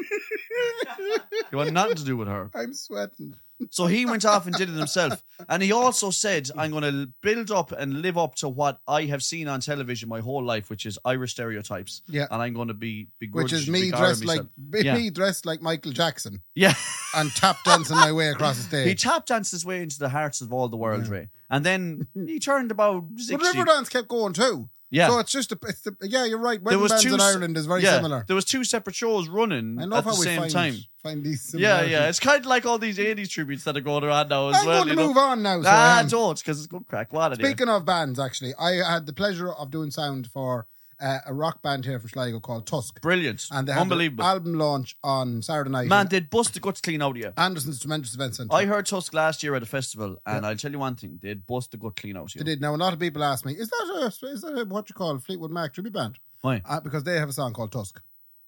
he wanted nothing to do with her. I'm sweating. So he went off and did it himself. And he also said, I'm going to build up and live up to what I have seen on television my whole life, which is Irish stereotypes. Yeah. And I'm going to be begrudge, Which is me beguile dressed like myself. Yeah. me dressed like Michael Jackson Yeah. and tap dancing my way across the he stage. tap danced his way into the hearts of all the world, Ray. And then he turned about 60. But Riverdance kept going too. yeah. So it's just a, it's the, yeah, you're right. There Wedding was bands two in s- Ireland is very yeah. similar. There was two separate shows running I at love the how we same find time. find these. Yeah, yeah. similarities. It's kind of like all these 80s tributes that are going around now as I'm well. going to you know? move on now. So I ah, am. don't, because it's good crack. What idea? Speaking of bands, actually, I had the pleasure of doing sound for uh, a rock band here from Sligo called Tusk, Brilliant. and they had an Unbelievable. album launch on Saturday night. Man, they'd bust the guts clean out of you. Anderson's tremendous event centre. I heard Tusk last year at a festival, and I'll tell you one thing: they'd bust the gut clean out. They You. did. Now, a lot of people ask me, is that a, is that a, what you call Fleetwood Mac tribute band? Why? Uh, because they have a song called Tusk.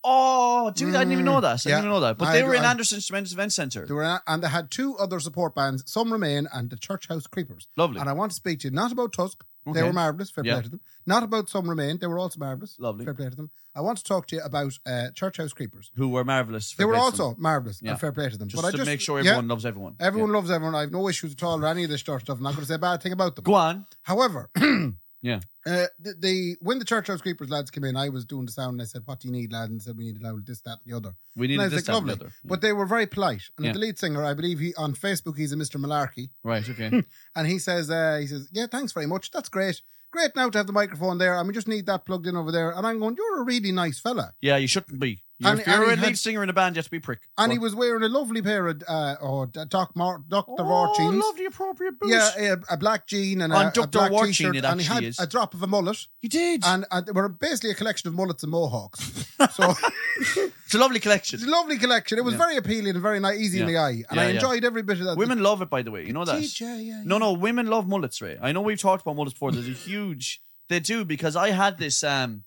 Oh, dude, I didn't even know that. I Mm, Yeah. didn't even know that. But I they do- were in I- Anderson's Tremendous Event Centre. They were, and they had two other support bands, Some Remain and the Church House Creepers. Lovely, And I want to speak to you not about Tusk. They Okay. were marvellous. Fair Yeah. play to them. Not about Some Remain. They were also marvellous. Lovely. Fair play to them. I want to talk to you about uh, Church House Creepers. who were marvelous. They were also marvellous Yeah. and fair play to them. just but to I just make sure yeah, everyone loves everyone. everyone loves everyone. I have no issues at all with any of this sort of stuff. I'm not going to say a bad thing about them. Yeah. Go on. However, Yeah. uh, the, the when the Church House Creepers lads came in, I was doing the sound and I said, "What do you need, lad?" And they said, "We need a loud this, that, and the other." We And I needed was this like, time "Lovely," together. but they were very polite. And Yeah. the lead singer, I believe, he on Facebook, he's a Mister Malarkey, right, Hmm. okay. and he says, uh, "He says, yeah, thanks very much. That's great." Great now to have the microphone there, and we just need that plugged in over there. And I'm going, You're a really nice fella. Yeah, you shouldn't be. You, And- if you're and he a lead had- singer in a band, you have to be a prick. And he But- was wearing a lovely pair of uh, oh, D- Doc Mar- Dr. oh, Varchins. lovely appropriate boots. Yeah, a, a black jean and On a, Dr. a black Warchine t-shirt, it and he actually had is. a drop of a mullet, you did. and, and they were basically a collection of mullets and mohawks. So it's a lovely it's collection. a lovely collection. It was Yeah. very appealing and very nice, easy in the Yeah. eye, and Yeah, I yeah. enjoyed every bit of that. Women love it, by the way. You know that. Teacher, yeah, No, no, women love mullets, Ray. I know we've talked about mullets before. There's a huge they do because I had this um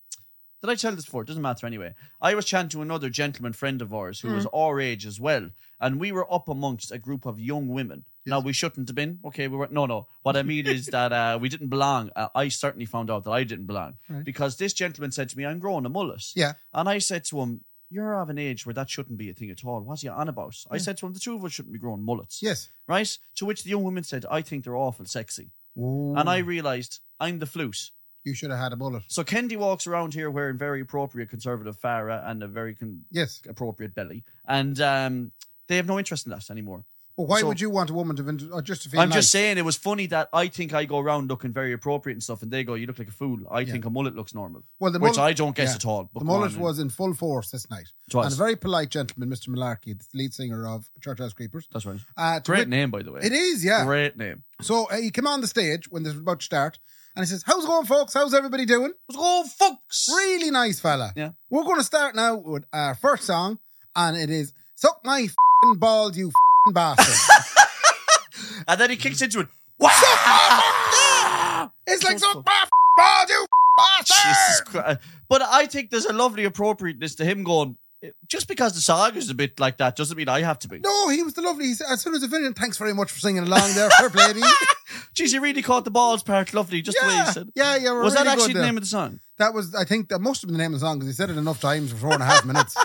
did I tell this before? It doesn't matter anyway. I was chatting to another gentleman friend of ours who was Mm. our age as well, and we were up amongst a group of young women. Now we shouldn't have been. Okay, we were no no. What I mean is that uh, we didn't belong. Uh, I certainly found out that I didn't belong Right. because this gentleman said to me, "I'm growing a mullet." Yeah. and I said to him. You're of an age where that shouldn't be a thing at all. What's he on about? I said to him, the two of us shouldn't be growing mullets yes. right? To which the young woman said, I think they're awful sexy. And Mm. I realized I'm the flute. you should have had a mullet. So Kendi walks around here wearing very appropriate conservative Farah and a very con- Yes, appropriate belly. And um, they have no interest in that anymore. But why So- would you want a woman to, vend- or just to feel I'm nice? just saying it was funny that I think I go around looking very appropriate and stuff, and they go, "You look like a fool." I Yeah. think a mullet looks normal, well, the which mullet, I don't guess yeah. at all. But the go on mullet and- was in full force this night. Twice. And a very polite gentleman, Mr. Malarkey, the lead singer of Churchhouse Creepers. That's right. Uh, to Great wit- name, by the way. It is, yeah. Great name. So uh, he came on the stage when this was about to start and he says, How's it going, folks? How's everybody doing? Let's go, folks. Really nice fella. Yeah. We're going to start now with our first song, and it is Suck My F***ing Balls, You F***ing Bastard. And then he kicks into it. Wow! it's like, Suck My F***ing Balls, You F***ing Jesus Bastard. Christ. But I think there's a lovely appropriateness to him going, "Eh, just because the song is a bit like that doesn't mean I have to be. No, he was the lovely. He said, as soon as I finished, thanks very much for singing along there, fair play to you." Jeez, he really caught the balls part lovely, just the way yeah, he said. yeah, yeah. we're Was that really actually good the there. name of the song? That was, I think, that must have been the name of the song because he said it enough times for four and a half minutes.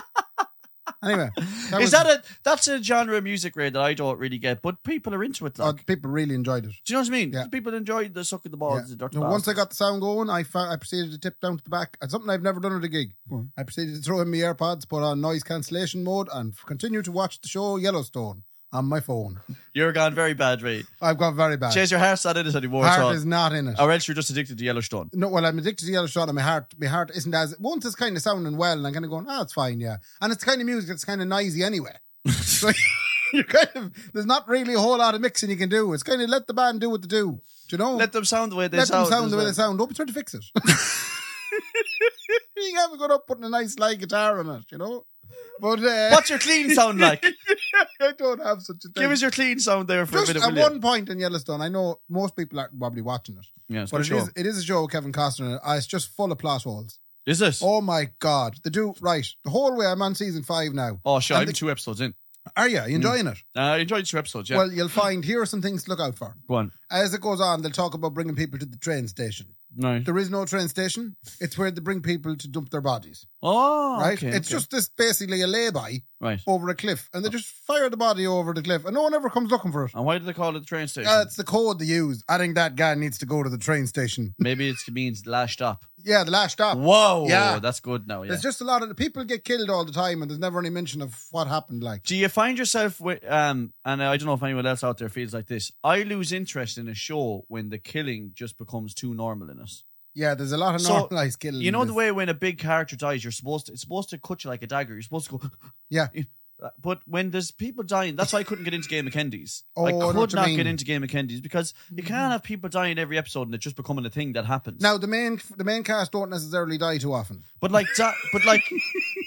Anyway, that is that a that's a genre of music Ray that I don't really get, but people are into it uh, like. people really enjoyed it. do you know what I mean? yeah. People enjoy the sucking the balls. Yeah. The dirty No, balls. once I got the sound going, I fa- I proceeded to tip down to the back. And something I've never done at a gig. Go on. I proceeded to throw in my AirPods, put on noise cancellation mode, and f- continue to watch the show Yellowstone on my phone. You're gone very bad, Ray. I've got very bad. Chase, your heart's not in it anymore. heart so- is not in it. or else you're just addicted to Yellowstone. no, well, I'm addicted to Yellowstone, and my heart, my heart isn't as once it's kind of sounding well, and I'm kind of going, ah, it's fine, yeah. And it's the kind of music that's kind of noisy anyway. so you're kind of there's not really a whole lot of mixing you can do. It's kind of let the band do what they do. Do you know? Let them sound the way they Let sound. them sound the as way well. they sound. Don't be trying to fix it. you haven't got up putting a nice light guitar on it, you know. But uh, What's your clean sound like? I don't have such a thing. Give us your clean sound there for Just a minute. at will you? one point in Yellowstone, I know most people aren't probably watching it, yeah, it's but good it show. is it is a show with Kevin Costner. in it. Uh, It's just full of plot holes. Is this? Oh, Oh my god, they do right the whole way. I'm on season five now. Oh, sure. and I'm the- two episodes in. Are you, you enjoying it? Uh, I enjoyed two episodes. Yeah. Well, you'll find here are some things to look out for. Go on. As it goes on, they'll talk about bringing people to the train station. No. There is no train station. It's where they bring people to dump their bodies. Oh, right? okay, it's okay. just this basically a lay-by right. over a cliff, and they just fire the body over the cliff, and no one ever comes looking for it. And why did they call it the train station? Uh, it's the code they use. I think that guy needs to go to the train station. Maybe it's- it means lashed up. Yeah, the last stop. Whoa. Ah, Yeah. That's good now. Yeah. There's just a lot of the people get killed all the time, and there's never any mention of what happened. Like, Do you find yourself with um and I don't know if anyone else out there feels like this. I lose interest in a show when the killing just becomes too normal in us. yeah, there's a lot of So, normalized killing. You know in the this. way when a big character dies, you're supposed to it's supposed to cut you like a dagger. You're supposed to go uh, Yeah. But when there's people dying, that's why I couldn't get into Game of Kendies. Oh, I I know what could you not mean. Mm. get into Game of Kendies because you can't have people dying every episode and it just becoming a thing that happens. Now the main the main cast don't necessarily die too often. But like, di- but like,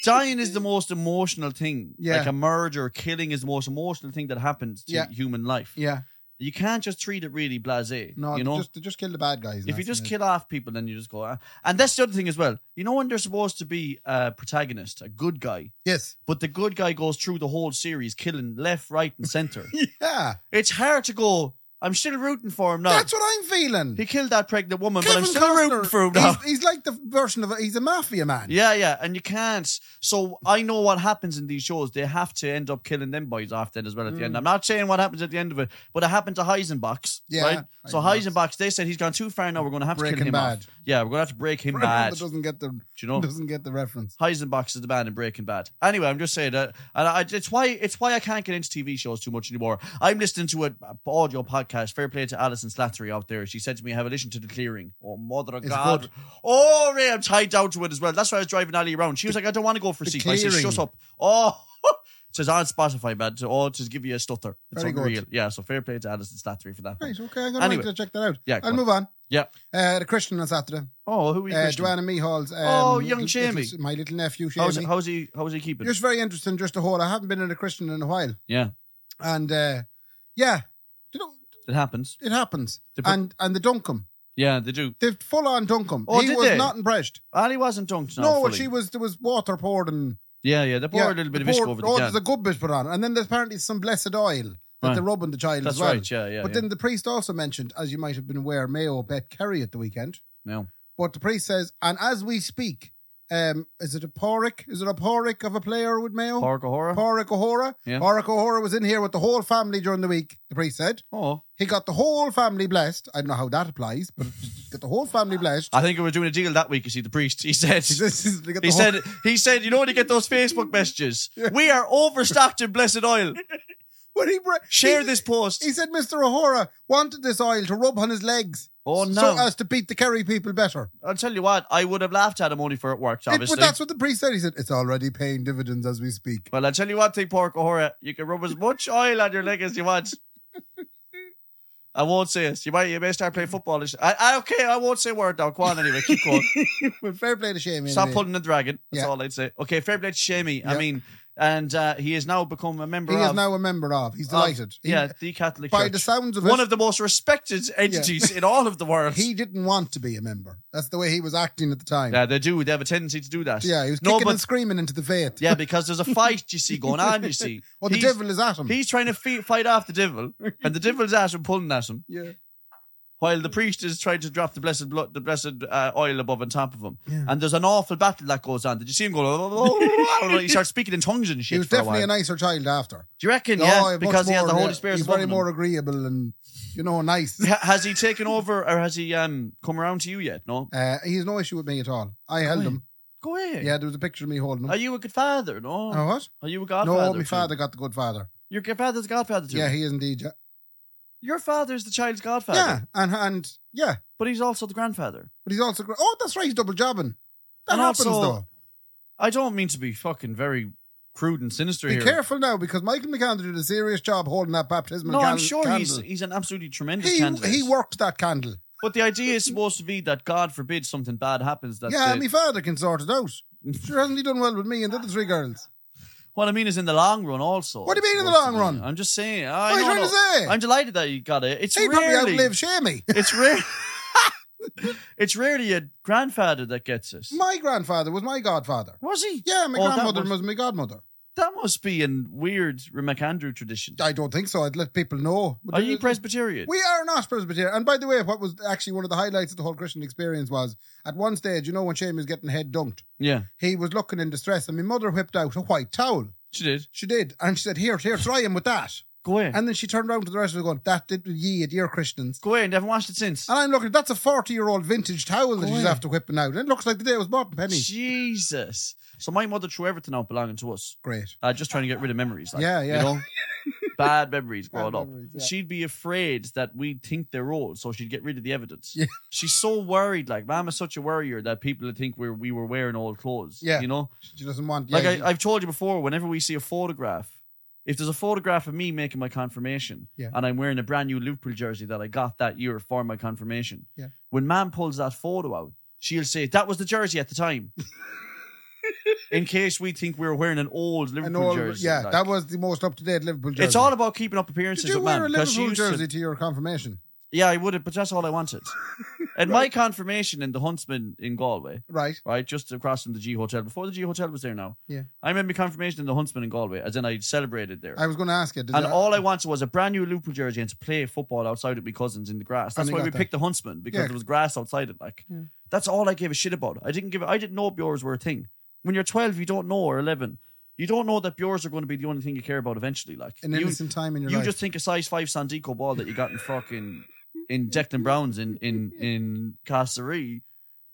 dying is the most emotional thing. Yeah. Like a murder, killing is the most emotional thing that happens to Yeah. human life. Yeah, You can't just treat it really blasé. no, you they know. just they just kill the bad guys. and if you that's just it. kill off people, then you just go. Ah. And that's the other thing as well. You know when they're supposed to be a protagonist, a good guy, yes, but the good guy goes through the whole series, killing left, right, and center. yeah, it's hard to go. I'm still rooting for him now. that's what I'm feeling. he killed that pregnant woman, but I'm Kevin still rooting Costner, for him now. He's, he's like the version of a, he's a mafia man. Yeah, yeah, and you can't. So I know what happens in these shows. They have to end up killing them boys off then as well at the Mm. end. I'm not saying what happens at the end of it, but it happened to Heisenbox. Yeah, right? So Heisenbox. Heisenbox, they said he's gone too far now. We're going to have to Breaking kill him Bad. off. Yeah, we're going to have to break him For everyone bad. that Do doesn't get the you know? doesn't get the reference. Heisenbox is the man in Breaking Bad. Anyway, I'm just saying that, and I, it's why it's why I can't get into TV shows too much anymore. I'm listening to an audio podcast. Fair play to Alison Slattery out there. She said to me, "Have a listen to The Clearing." Oh, mother of It's God! good. Oh, Ray, I'm tied down to it as well. That's why I was driving Ali around. She was like, "I don't want to go for a The sequel." I said, Clearing. "Shut up!" Oh. It says on Spotify, man. To, oh, to give you a stutter. It's Very good. unreal. Yeah, so fair play to Alison Slattery for that. one. Right, okay, I'm gonna Anyway. wait to check that out. Yeah, go I'll on. move on. Yeah. Uh, the Christian on Saturday. Oh, who are you? Uh, Christian? Joanna Mehal's. Um, Oh, young little- Jamie. Oh, little- my little nephew Jamie. how's, how's he? How's he keeping? just very interesting. Just a whole. I haven't been in a Christian in a while, yeah, and uh, yeah, you know it happens. it happens. They put- And and the Duncan, Yeah, they do. they full on Duncan. Oh, he did was they? not impressed. Ali wasn't dunked. now no, well, fully. she was. There was water poured and Yeah, yeah. They pour a little bit of visco poured- over the Oh, can. there's a good bit put on, and then there's apparently some blessed oil that Right. they're rubbing the child That's as well. right. Yeah, yeah. But yeah. then the priest also mentioned, as you might have been aware, Mayo bet Kerry at the weekend. no. But the priest says, and as we speak, um, is it a Porrick? Is it a Porrick of a player with Mayo? Porcahora? Porrick O'Hora? Yeah. Porrick O'Hora was in here with the whole family during the week, the priest said. oh, He got the whole family blessed. I don't know how that applies, but got the whole family blessed. I think we were doing a deal that week. You see, the priest. He said. This is- they got the He whole- said. He said. You know when you get those Facebook messages. We are overstocked in blessed oil. When he bra- Share he- this post. He said Mr. O'Hora wanted this oil to rub on his legs oh so uh, no! as to beat the Kerry people better. I'll tell you what. I would have laughed at him only for it worked. It- Obviously. but that's what the priest said. He said, it's already paying dividends as we speak. Well, I'll tell you what, thing, Porco Hora, you can rub as much oil on your leg as you want. I won't say it. You might, you may start playing football. and sh- I, I okay. I won't say a word now. Go on anyway. Keep going. Well, fair play to Shane. Stop anyway. pulling the dragon. That's Yeah. all I'd say. Okay, fair play to Shamey. I Yeah. mean, and uh, he has now become a member He of is now a member of. He's of- delighted. He- yeah, the Catholic by Church. the sounds of one it, of the most respected entities in all of the world. he didn't want to be a member. That's the way he was acting at the time. Yeah, yeah, they do. They have a tendency to do that. he was No, kicking but- and screaming into the faith. yeah, because there's a fight you see going on. You see, Well, the He's- devil is at him. He's trying to fe- fight off the devil, and the devil's at him, pulling at him, yeah. while the priest is trying to drop the blessed blood, the blessed uh, oil above and top of him. Yeah. And there's an awful battle that goes on. Did you see him go? "Oh, oh, oh, oh," he starts speaking in tongues and shit. He was for definitely a a while. nicer child after. Do you reckon? Oh, yeah, much because he has the more, Holy yeah. Spirit. He's above very him. more agreeable and, you know, nice. Ha- Has he taken over, or has he um come around to you yet? No. Uh, he has no issue with me at all. I held him. Go away. Yeah, there was a picture of me holding Are him. you a good father? No. Oh, what? Are you a No, godfather? my too? father got the good father. Your g- father's godfather too. Yeah, he is indeed. Yeah, Your father's the child's godfather. yeah and and yeah, But he's also the grandfather. but he's also gr- oh, that's right, he's double jobbing. That And happens also- though. I don't mean to be fucking very crude and sinister Be here. careful now because Michael McCandle did a serious job holding that baptismal No, can- I'm sure candle. he's he's an absolutely tremendous candidate. he, he worked that candle. But the idea is supposed to be that God forbid something bad happens. That yeah, the- my father can sort it out. Sure, hasn't he done well with me and the other three girls? what I mean is in the long run also. What do you mean in the it's supposed long to be. run? I'm just saying. What I are you don't trying to know. say? I'm delighted that you got it. It's he probably rarely, outlived Shamey. It's rare. it's rarely a grandfather that gets it. My grandfather was my godfather. Was he? Yeah, my Oh, that grandmother was- was my godmother. That must be in weird MacAndrew tradition. I don't think so. I'd let people know. Are you Presbyterian? We are not Presbyterian. And by the way, what was actually one of the highlights of the whole Christian experience was at one stage, you know, when Shane was getting head dunked, yeah, he was looking in distress, and my mother whipped out a white towel. she did. She did, and she said, "Here, here, try him with that." Go away. And then she turned around to the rest of us, going, "That did with ye at your Christians." Go away and haven't watched it since. And I'm looking, that's a 40 year old vintage towel that Go she's ahead. after whipping out. It looks like the day it was bought in pennies. Jesus. So my mother threw everything out belonging to us. Great. Uh, just trying to get rid of memories. Like, Yeah, yeah. You know? Bad memories growing Bad up. memories, yeah. She'd be afraid that we'd think they're old, so she'd get rid of the evidence. Yeah. She's so worried. Like, Mama's such a worrier that people would think we're, we were wearing old clothes. Yeah. You know? She doesn't want. Like yeah, I, I've told you before, whenever we see a photograph, if there's a photograph of me making my confirmation Yeah. and I'm wearing a brand new Liverpool jersey that I got that year for my confirmation, Yeah. when man pulls that photo out, she'll say, That was the jersey at the time. In case we think we're wearing an old an Liverpool old, jersey. yeah, like- that was the most up to date Liverpool jersey. it's all about keeping up appearances Did you of wear a man, 'cause she Liverpool used to- jersey to your confirmation? yeah, I would have, but that's all I wanted. And my confirmation in the Huntsman in Galway, Right. right? Just across from the G Hotel. Before the G Hotel was there now. Yeah. I remember my confirmation in the Huntsman in Galway, as in I celebrated there. I was going to ask you. Did and I- all I wanted was a brand new Liverpool jersey and to play football outside with my cousins in the grass. That's And you why got we that. picked the huntsman because Yeah. there was grass outside it. Like Yeah. that's all I gave a shit about. I didn't give. I didn't know Bjors were a thing. When you're 12, you don't know or 11, you don't know that Bjors are going to be the only thing you care about eventually. Like an you, innocent time in your you life. just think a size five Sandico ball that you got in fucking in Declan Browns in in in Castlereagh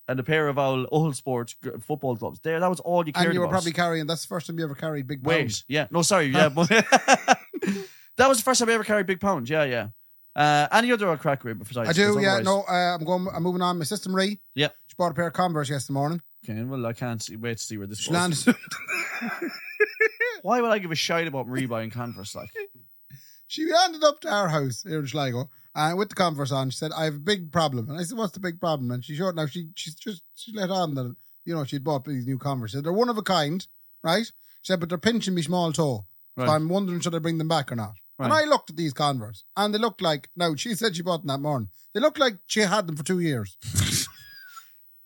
and a pair of old old sport g- football gloves. There, that was all you cared and you were about. probably carrying. That's the first time you ever carried big pounds. Wait, yeah. No, sorry. Yeah. but- that was the first time I ever carried big pound. Yeah, yeah. Uh, any other old crack rib besides? I do. because Yeah. otherwise- No. Uh, I'm going. I'm moving on. My sister Marie. Yeah. She bought a pair of Converse yesterday morning. Okay, well, I can't see, wait to see where this She goes. landed. Why would I give a shit about Marie buying Converse? Like, she landed up to our house here in Sligo. And with the Converse on, she said, I have a big problem. And I said, What's the big problem? And she showed now she she's just she let on that you know she'd bought these new Converse. She said, They're one of a kind, right? She said, But they're pinching me small toe. Right. So I'm wondering should I bring them back or not. And I Right. looked at these Converse and they looked like now she said she bought them that morning. They looked like she had them for two years.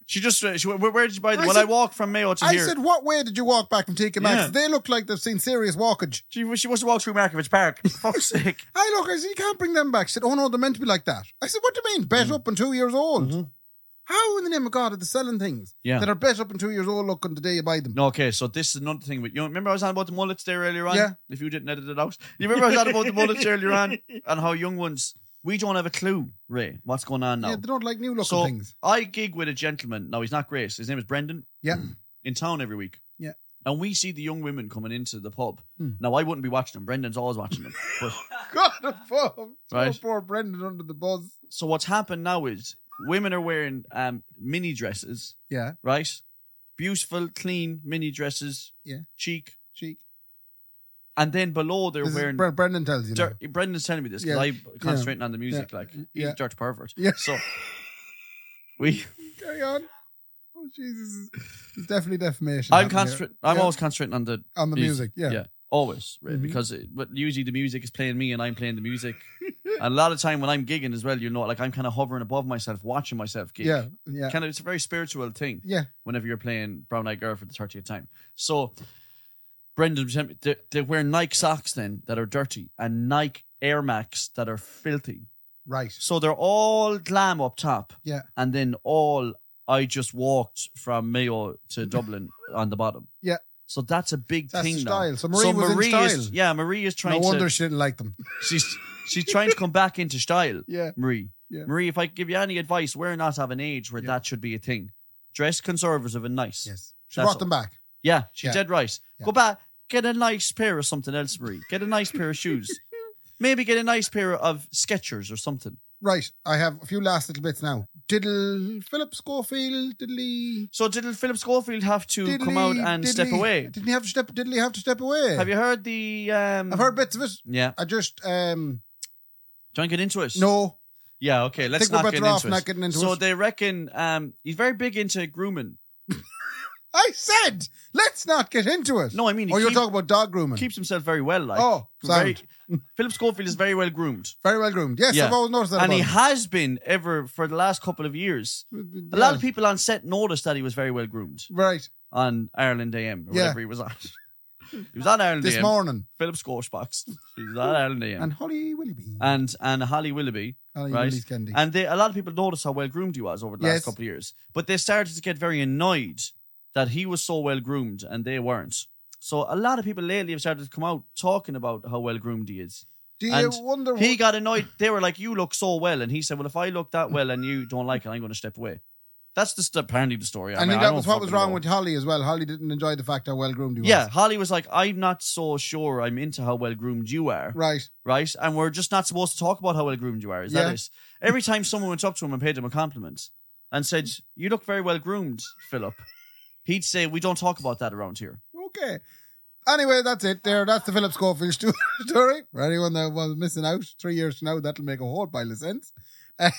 she just uh, she, went, where, where did you buy them? I well, I said- walked from Mayo to I here. said, What way did you walk back from TK Maxx? Yeah. They look like they've seen serious walkage. she, she must have walked through Markovich Park. For fuck's sake. I look, I said, you can't bring them back. She said, oh no, they're meant to be like that. I said, what do you mean, Mm-hmm. bet up and two years old? How in the name of God are they selling things Yeah. that are bet up and two years old looking the day you buy them? No, okay, so this is another thing. But you know, remember I was on about the mullets there earlier on. Yeah. If you didn't edit it out, you remember I was on about the mullets earlier on and how young ones. We don't have a clue, Ray, what's going on now. Yeah, they don't like new looking So things. I gig with a gentleman. No, he's not Grace. His name is Brendan. Yeah. In town every week. Yeah. and we see the young women coming into the pub. Hmm. Now I wouldn't be watching them. Brendan's always watching them. But, God above. Right. Poor Brendan under the bus. so what's happened now is women are wearing um, mini dresses, Yeah. right? Beautiful, clean mini dresses. Yeah. Cheek. Cheek. And then below they're This is wearing Bre- Brendan tells you. now. Dirt, Brendan's telling me this Yeah. because I'm concentrating on the music. Like he's Yeah. a dirt pervert. Yeah. So we, Carry on. Oh Jesus. It's definitely defamation. I'm happening here. concentrating. I'm Yeah. always concentrating on the on the Music. music. Yeah. yeah, always right? Mhm. because it, but usually the music is playing me and I'm playing the music. and a lot of time when I'm gigging as well, you know, like I'm kind of hovering above myself, watching myself gig. Yeah. Yeah. Kind of, it's a very spiritual thing. Yeah. Whenever you're playing Brown Eyed Girl for the 30th time, so Brendan, sent me- they they wear Nike socks then that are dirty and Nike Air Max that are filthy. Right. So they're all glam up top. Yeah. And then all I just walked from Mayo to Dublin on the bottom. Yeah. So that's a big That's thing the now. style. So Marie was in Is, style. yeah, Marie is No trying wonder to she didn't like them. she's she's trying to come back into style, Yeah. Marie. Yeah. Marie, if I give you any advice, we're not of an age where Yeah. that should be a thing. Dress conservative and nice. Yes. She That's brought all. them back. Yeah, she Yeah. did right. Yeah. Go back, get a nice pair of something else, Marie. Get a nice pair of shoes. Maybe get a nice pair of Skechers or something. Right. I have a few last little bits now. Diddle Philip Schofield, diddly. So did Philip Schofield have to diddly come out and step diddly. away? Didn't he have to step didn't he have to step away? Have you heard the? Um, I've heard bits of it. Yeah, I just um do you want to get into it? no. Yeah, okay. Let's think we're not better get off into not it. getting into So it. they reckon um, he's very big into grooming. I said let's not get into it. No, I mean he Oh, you're keep- talking about dog grooming. keeps himself very well. Like, oh, very, sound. Philip Schofield is very well groomed, very well groomed. Yes, Yeah. I've always noticed that. and he about has been ever for the last couple of years. him. A lot of people on set noticed that he was very well groomed Right, on Ireland AM or Yeah. whatever he was on. he was on Ireland this AM. morning. Philip Scorchbox. He was on Ireland AM. And And Holly Willoughby. and, Holly Willoughby, Holly right. Willoughby's candy. and they, a lot of people noticed how well groomed he was over the Yes. last couple of years. But they started to get very annoyed that he was so well groomed and they weren't. So a lot of people lately have started to come out talking about how well groomed he is. Do you and wonder what, He got annoyed. They were like, "You look so well," and he said, "Well, if I look that well and you don't like it, I'm going to step away." That's the st- apparently the story. I mean, think I that don't was what was fucking wrong know. with Holly as well. Holly didn't enjoy the fact how well groomed he was. Yeah, Holly was like, "I'm not so sure. I'm into how well groomed you are." Right. right? And we're just not supposed to talk about how well groomed you are. Is Yeah. that it? Every time someone went up to him and paid him a compliment and said, You look very well groomed, Philip, he'd say, We don't talk about that around here. Okay. Anyway, that's it. There, that's the Philip Schofield sto- story. For anyone that was missing out, three years from now, that'll make a whole pile of sense.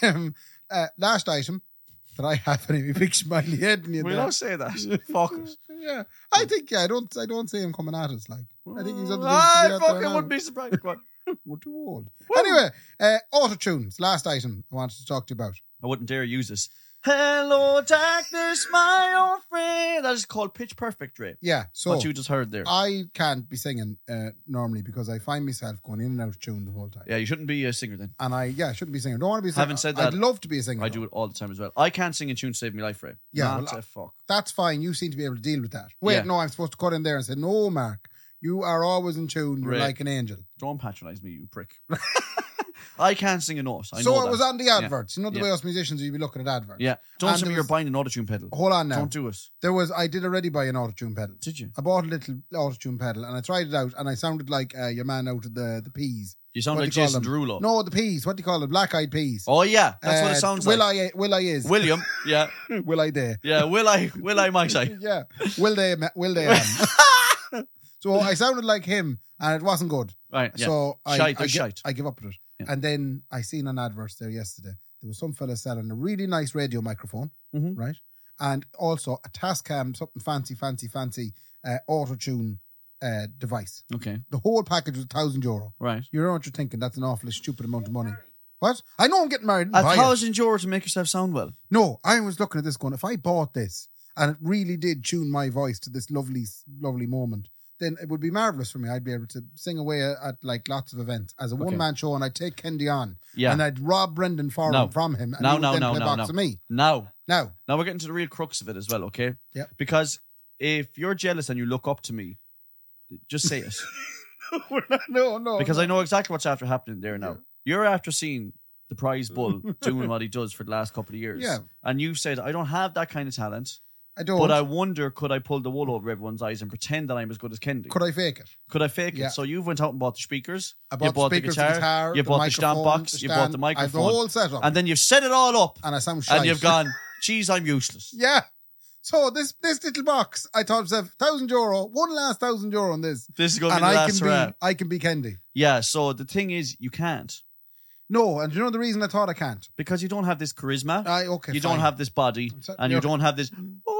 Um, uh, last item that I have any big smiley head in We there. don't say that. Fuck it. Yeah, I think yeah, I don't, I don't see him coming at us. Like I think he's. other things to Ah, I be out there fucking now. wouldn't be surprised. Go on. We're too old. Woo. Anyway, uh, auto tunes. Last item I wanted to talk to you about. I wouldn't dare use this. Hello, darkness, my old friend. That is called Pitch Perfect, Ray. Yeah, so Ah. what you just heard there. I can't be singing uh, normally because I find myself going in and out of tune the whole time. yeah, you shouldn't be a singer then. And I yeah, I shouldn't be singing. Don't want to be. a Singer. Haven't said I'd that. love to be a singer. I though. do it all the time as well. I can't sing in tune to save my life, Ray. Yeah, Not well, a fuck. That's fine. You seem to be able to deal with that. Wait, Yeah. no, I'm supposed to cut in there and say no, Mark. You are always in tune. You're Right. like an angel. Don't patronize me, you prick. I can't sing a note. I so know I that. was on the adverts. You know the Yeah. way us musicians, you'd be looking at adverts. Yeah. Don't And tell there me you're was- Oh, buying an autotune pedal. Hold on now. Don't do it. There was I did already buy an auto tune pedal. Did you? I bought a little auto tune pedal and I tried it out and I sounded like uh, your man out of the the peas. You sound What like do you call Jason them? Derulo. No, the peas. What do you call them? Black eyed peas. Oh yeah, that's what it Uh, sounds will like. I? Will I is? William. Yeah. will I day? Yeah. Will I? Will I? Might I? yeah. Will they? ma- Will they? Um. so I sounded like him, and it wasn't good. Right. Yeah. So I, Shite, I, they're gi- shite. I give up with it. Yeah. And then I seen an advert there yesterday. There was some fella selling a really nice radio microphone, Mhm. right? And also a Tascam, something fancy, fancy, fancy uh, auto tune uh, device. okay. The whole package was a thousand euro. Right. You know what you're thinking? That's an awfully stupid amount of money. What? I know I'm getting married. A Buy it. thousand euro to make yourself sound well. No, I was looking at this going, if I bought this and it really did tune my voice to this lovely, lovely moment, then it would be marvelous for me. I'd be able to sing away at, like lots of events as a Okay. one man show and I'd take Kendi on Yeah. and I'd rob Brendan Foran No. from him and No, he would no, then no, play no, box no. to me. now, Now, now we're getting to the real crux of it as well. Okay. Yeah. Because if you're jealous and you look up to me, just say it. no, no. because I know exactly what's after happening there now. You're after seeing the prize bull doing what he does for the last couple of years. Yeah. And you've said, I don't have that kind of talent. I don't. But I wonder, could I pull the wool over everyone's eyes and pretend that I'm as good as Kendi? could I fake it? Could I fake Yeah. it? So you went out and bought the speakers. I you bought the speakers, guitar. you the bought the stamp microphone, box. the you bought the stand, I have the microphone. whole setup, and, and then you've set it all up, I sound Oh. shite. and you've gone, "Geez, I'm useless." yeah. So this this little box, I thought myself, thousand euro, one last thousand euro on this, This is going to be and the I last can hurrah. be I can be Kendi. Yeah. So the thing is, you can't No, and you know the reason I thought I can't. because you don't have this charisma. I okay. you fine. don't have this body, I'm sorry, and you you're- don't have this. Mm. Oh,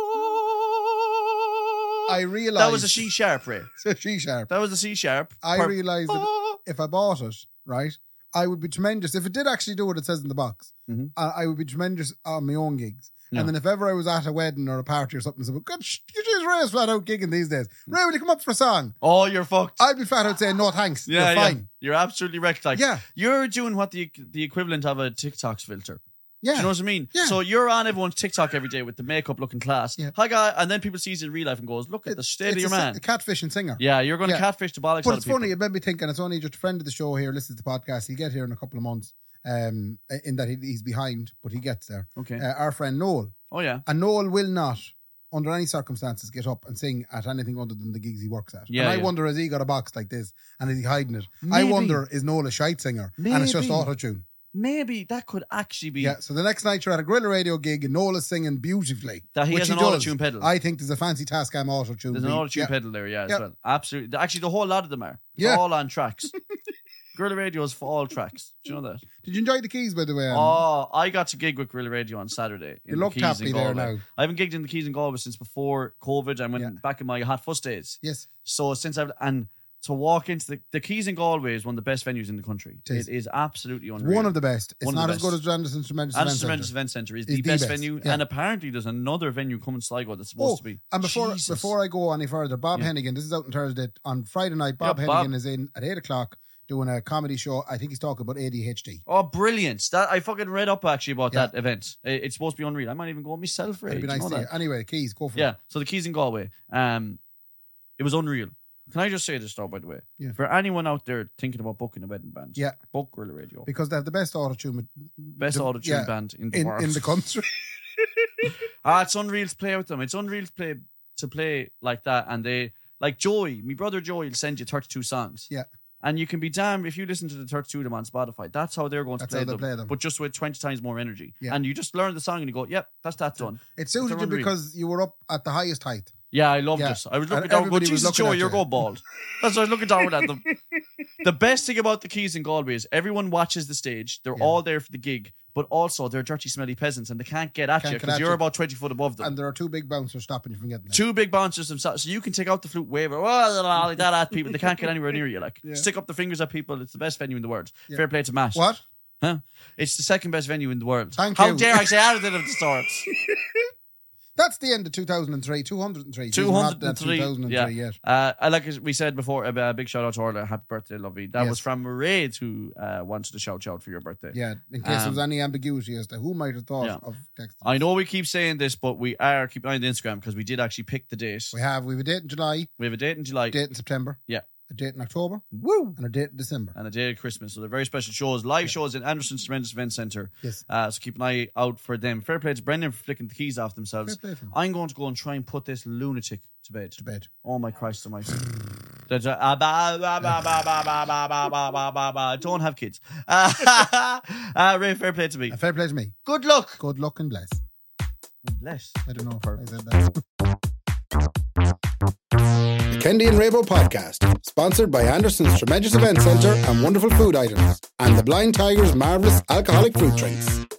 I realized That was a C sharp, Ray. It's a C sharp. That was a C sharp. I Per- realized that if I bought it, right, I would be tremendous. If it did actually do what it says in the box, Mhm. I, I would be tremendous on my own gigs. Yeah. And then if ever I was at a wedding or a party or something, someone, God, sh- you just Ray's flat out gigging these days. Mm. Ray, will you come up for a song? Oh, you're fucked. I'd be flat out saying, no thanks. yeah, You're yeah. fine. You're absolutely wrecked. Like Yeah, you're doing what the the equivalent of a TikTok filter. yeah. Do you know what I mean? Yeah. So you're on everyone's TikTok every day with the makeup looking class. Yeah. Hi guy, and then people sees it in real life and goes, "Look at the state of It's your a, si- man." A catfish and singer. yeah, you're going to Yeah. catfish the bollocks out But of it's people. funny, it made me think, and it's only just a friend of the show here listens to the podcast. He'll get here in a couple of months, um, in that he, he's behind, but he gets there. Okay. Uh, our friend Noel, oh yeah. And Noel will not, under any circumstances, get up and sing at anything other than the gigs he works at. Yeah, and I yeah. wonder, has he got a box like this and is he hiding it? I Maybe. wonder, is Noel a shite singer? And it's just Maybe. auto tune. Maybe that could actually be Yeah. So the next night you're at a Gorilla Radio gig and Noel is singing beautifully. that he which has an does. auto tune pedal. I think there's a fancy task I'm auto tune. There's an auto tune pedal there, yeah, as Yeah. well. Absolutely. Actually, the whole lot of them are. It's Yeah. all on tracks. Gorilla Radio is for all tracks. Do you know that? Did you enjoy the keys, by the way? Um, oh, I got to gig with Gorilla Radio on Saturday. in you the look Keys happy in there Galway. now. I haven't gigged in the Keys in Galway since before COVID and went Yeah. back in my hot fuss days. Yes. So since I've and to walk into the the Keys in Galway is one of the best venues in the country. It is. It is absolutely It's unreal. one of the best. It's One of not the as good best. as Anderson's Tremendous and Event Tremendous Centre. Event Centre is Is the, the best, best, venue, yeah. and apparently there's another venue coming to Sligo that's supposed Oh, to be. And before Jesus. before I go any further, Bob Yeah. Hennigan, this is out on Thursday on Friday night. Bob Yeah, Bob. Hennigan is in at eight o'clock doing a comedy show. I think he's talking about ADHD. Oh, brilliant! That I fucking read up actually about Yeah. that event. It- It's supposed to be unreal. I might even go myself. Ray. It'd be Do you nice know to hear. that? Anyway, keys, go for Yeah. it. So the keys in Galway. Um, it was unreal. Can I just say this though, by the way? Yeah. For anyone out there thinking about booking a wedding band, Yeah. book Gorilla Radio, Because they have the best auto tune best the- auto tune yeah. band in the in, world. in the country. ah, it's unreal to play with them. It's unreal to play to play like that, and they like Joey, my brother Joey, will send you thirty-two songs. Yeah. And you can be damned if you listen to the 32 of them on Spotify. That's how they're going to That's play how they them, play them. But just with 20 times more energy. Yeah. And you just learn the song and you go, yep, that's that done. It suited you unreal. because you were up at the highest height. Yeah, I love Yeah. this. I was And looking down, everybody going, was Jesus, looking Joey, at you're you." going bald. That's what I was looking down at them. the best thing about the Keys in Galway is everyone watches the stage. They're Yeah. all there for the gig, but also they're dirty, smelly peasants and they can't get at Can't you get because at you're you. about 20 foot above them. And there are two big bouncers stopping you from getting there. Two big bouncers themselves. So you can take out the flute waver, like that at people. They can't get anywhere near you. Like, Yeah. stick up the fingers at people. It's the best venue in the world. Yeah. Fair play to Matt. What? It's the second best venue in the world. Thank How you. dare I say anything of the sorts? That's the end of 2003. 203. Jeez, we're not at 203, 2003 yeah. yet. Uh, I like as we said before, a a big shout out to Orla. Happy birthday, lovey. That Yes. was from Mairead who uh, wanted to shout you out for your birthday. Yeah, in case there was Um, any ambiguity as to who might have thought Yeah. of texting. I know we keep saying this, but we are keep an eye on the Instagram because we did actually pick the date. We have, we have a date in July, We have a date in July a date in September, Yeah. a date in October, Woo! and a date in December. and a date at Christmas. So they're very special shows, live shows in Anderson's Tremendous Event Centre. Yes. Uh, so keep an eye out for them. Fair play to Brendan for flicking the keys off Fair themselves. play for him. I'm going to go and try and put this lunatic to bed. to bed. Oh my Christ almighty. That's a- ah, ba- ba- ba- ba- ba- ba- ba- ba- ba- ba- ba- ba. Don't have kids. Ah, ah, Ray, fair play to me. And fair play to me. Good luck. Good luck and bless. Bless. I don't know. I Perfect. said that. The Kendi and Rabo podcast, sponsored by Anderson's Tremendous Event Centre and wonderful food items, and the Blind Tiger's marvellous alcoholic fruit drinks.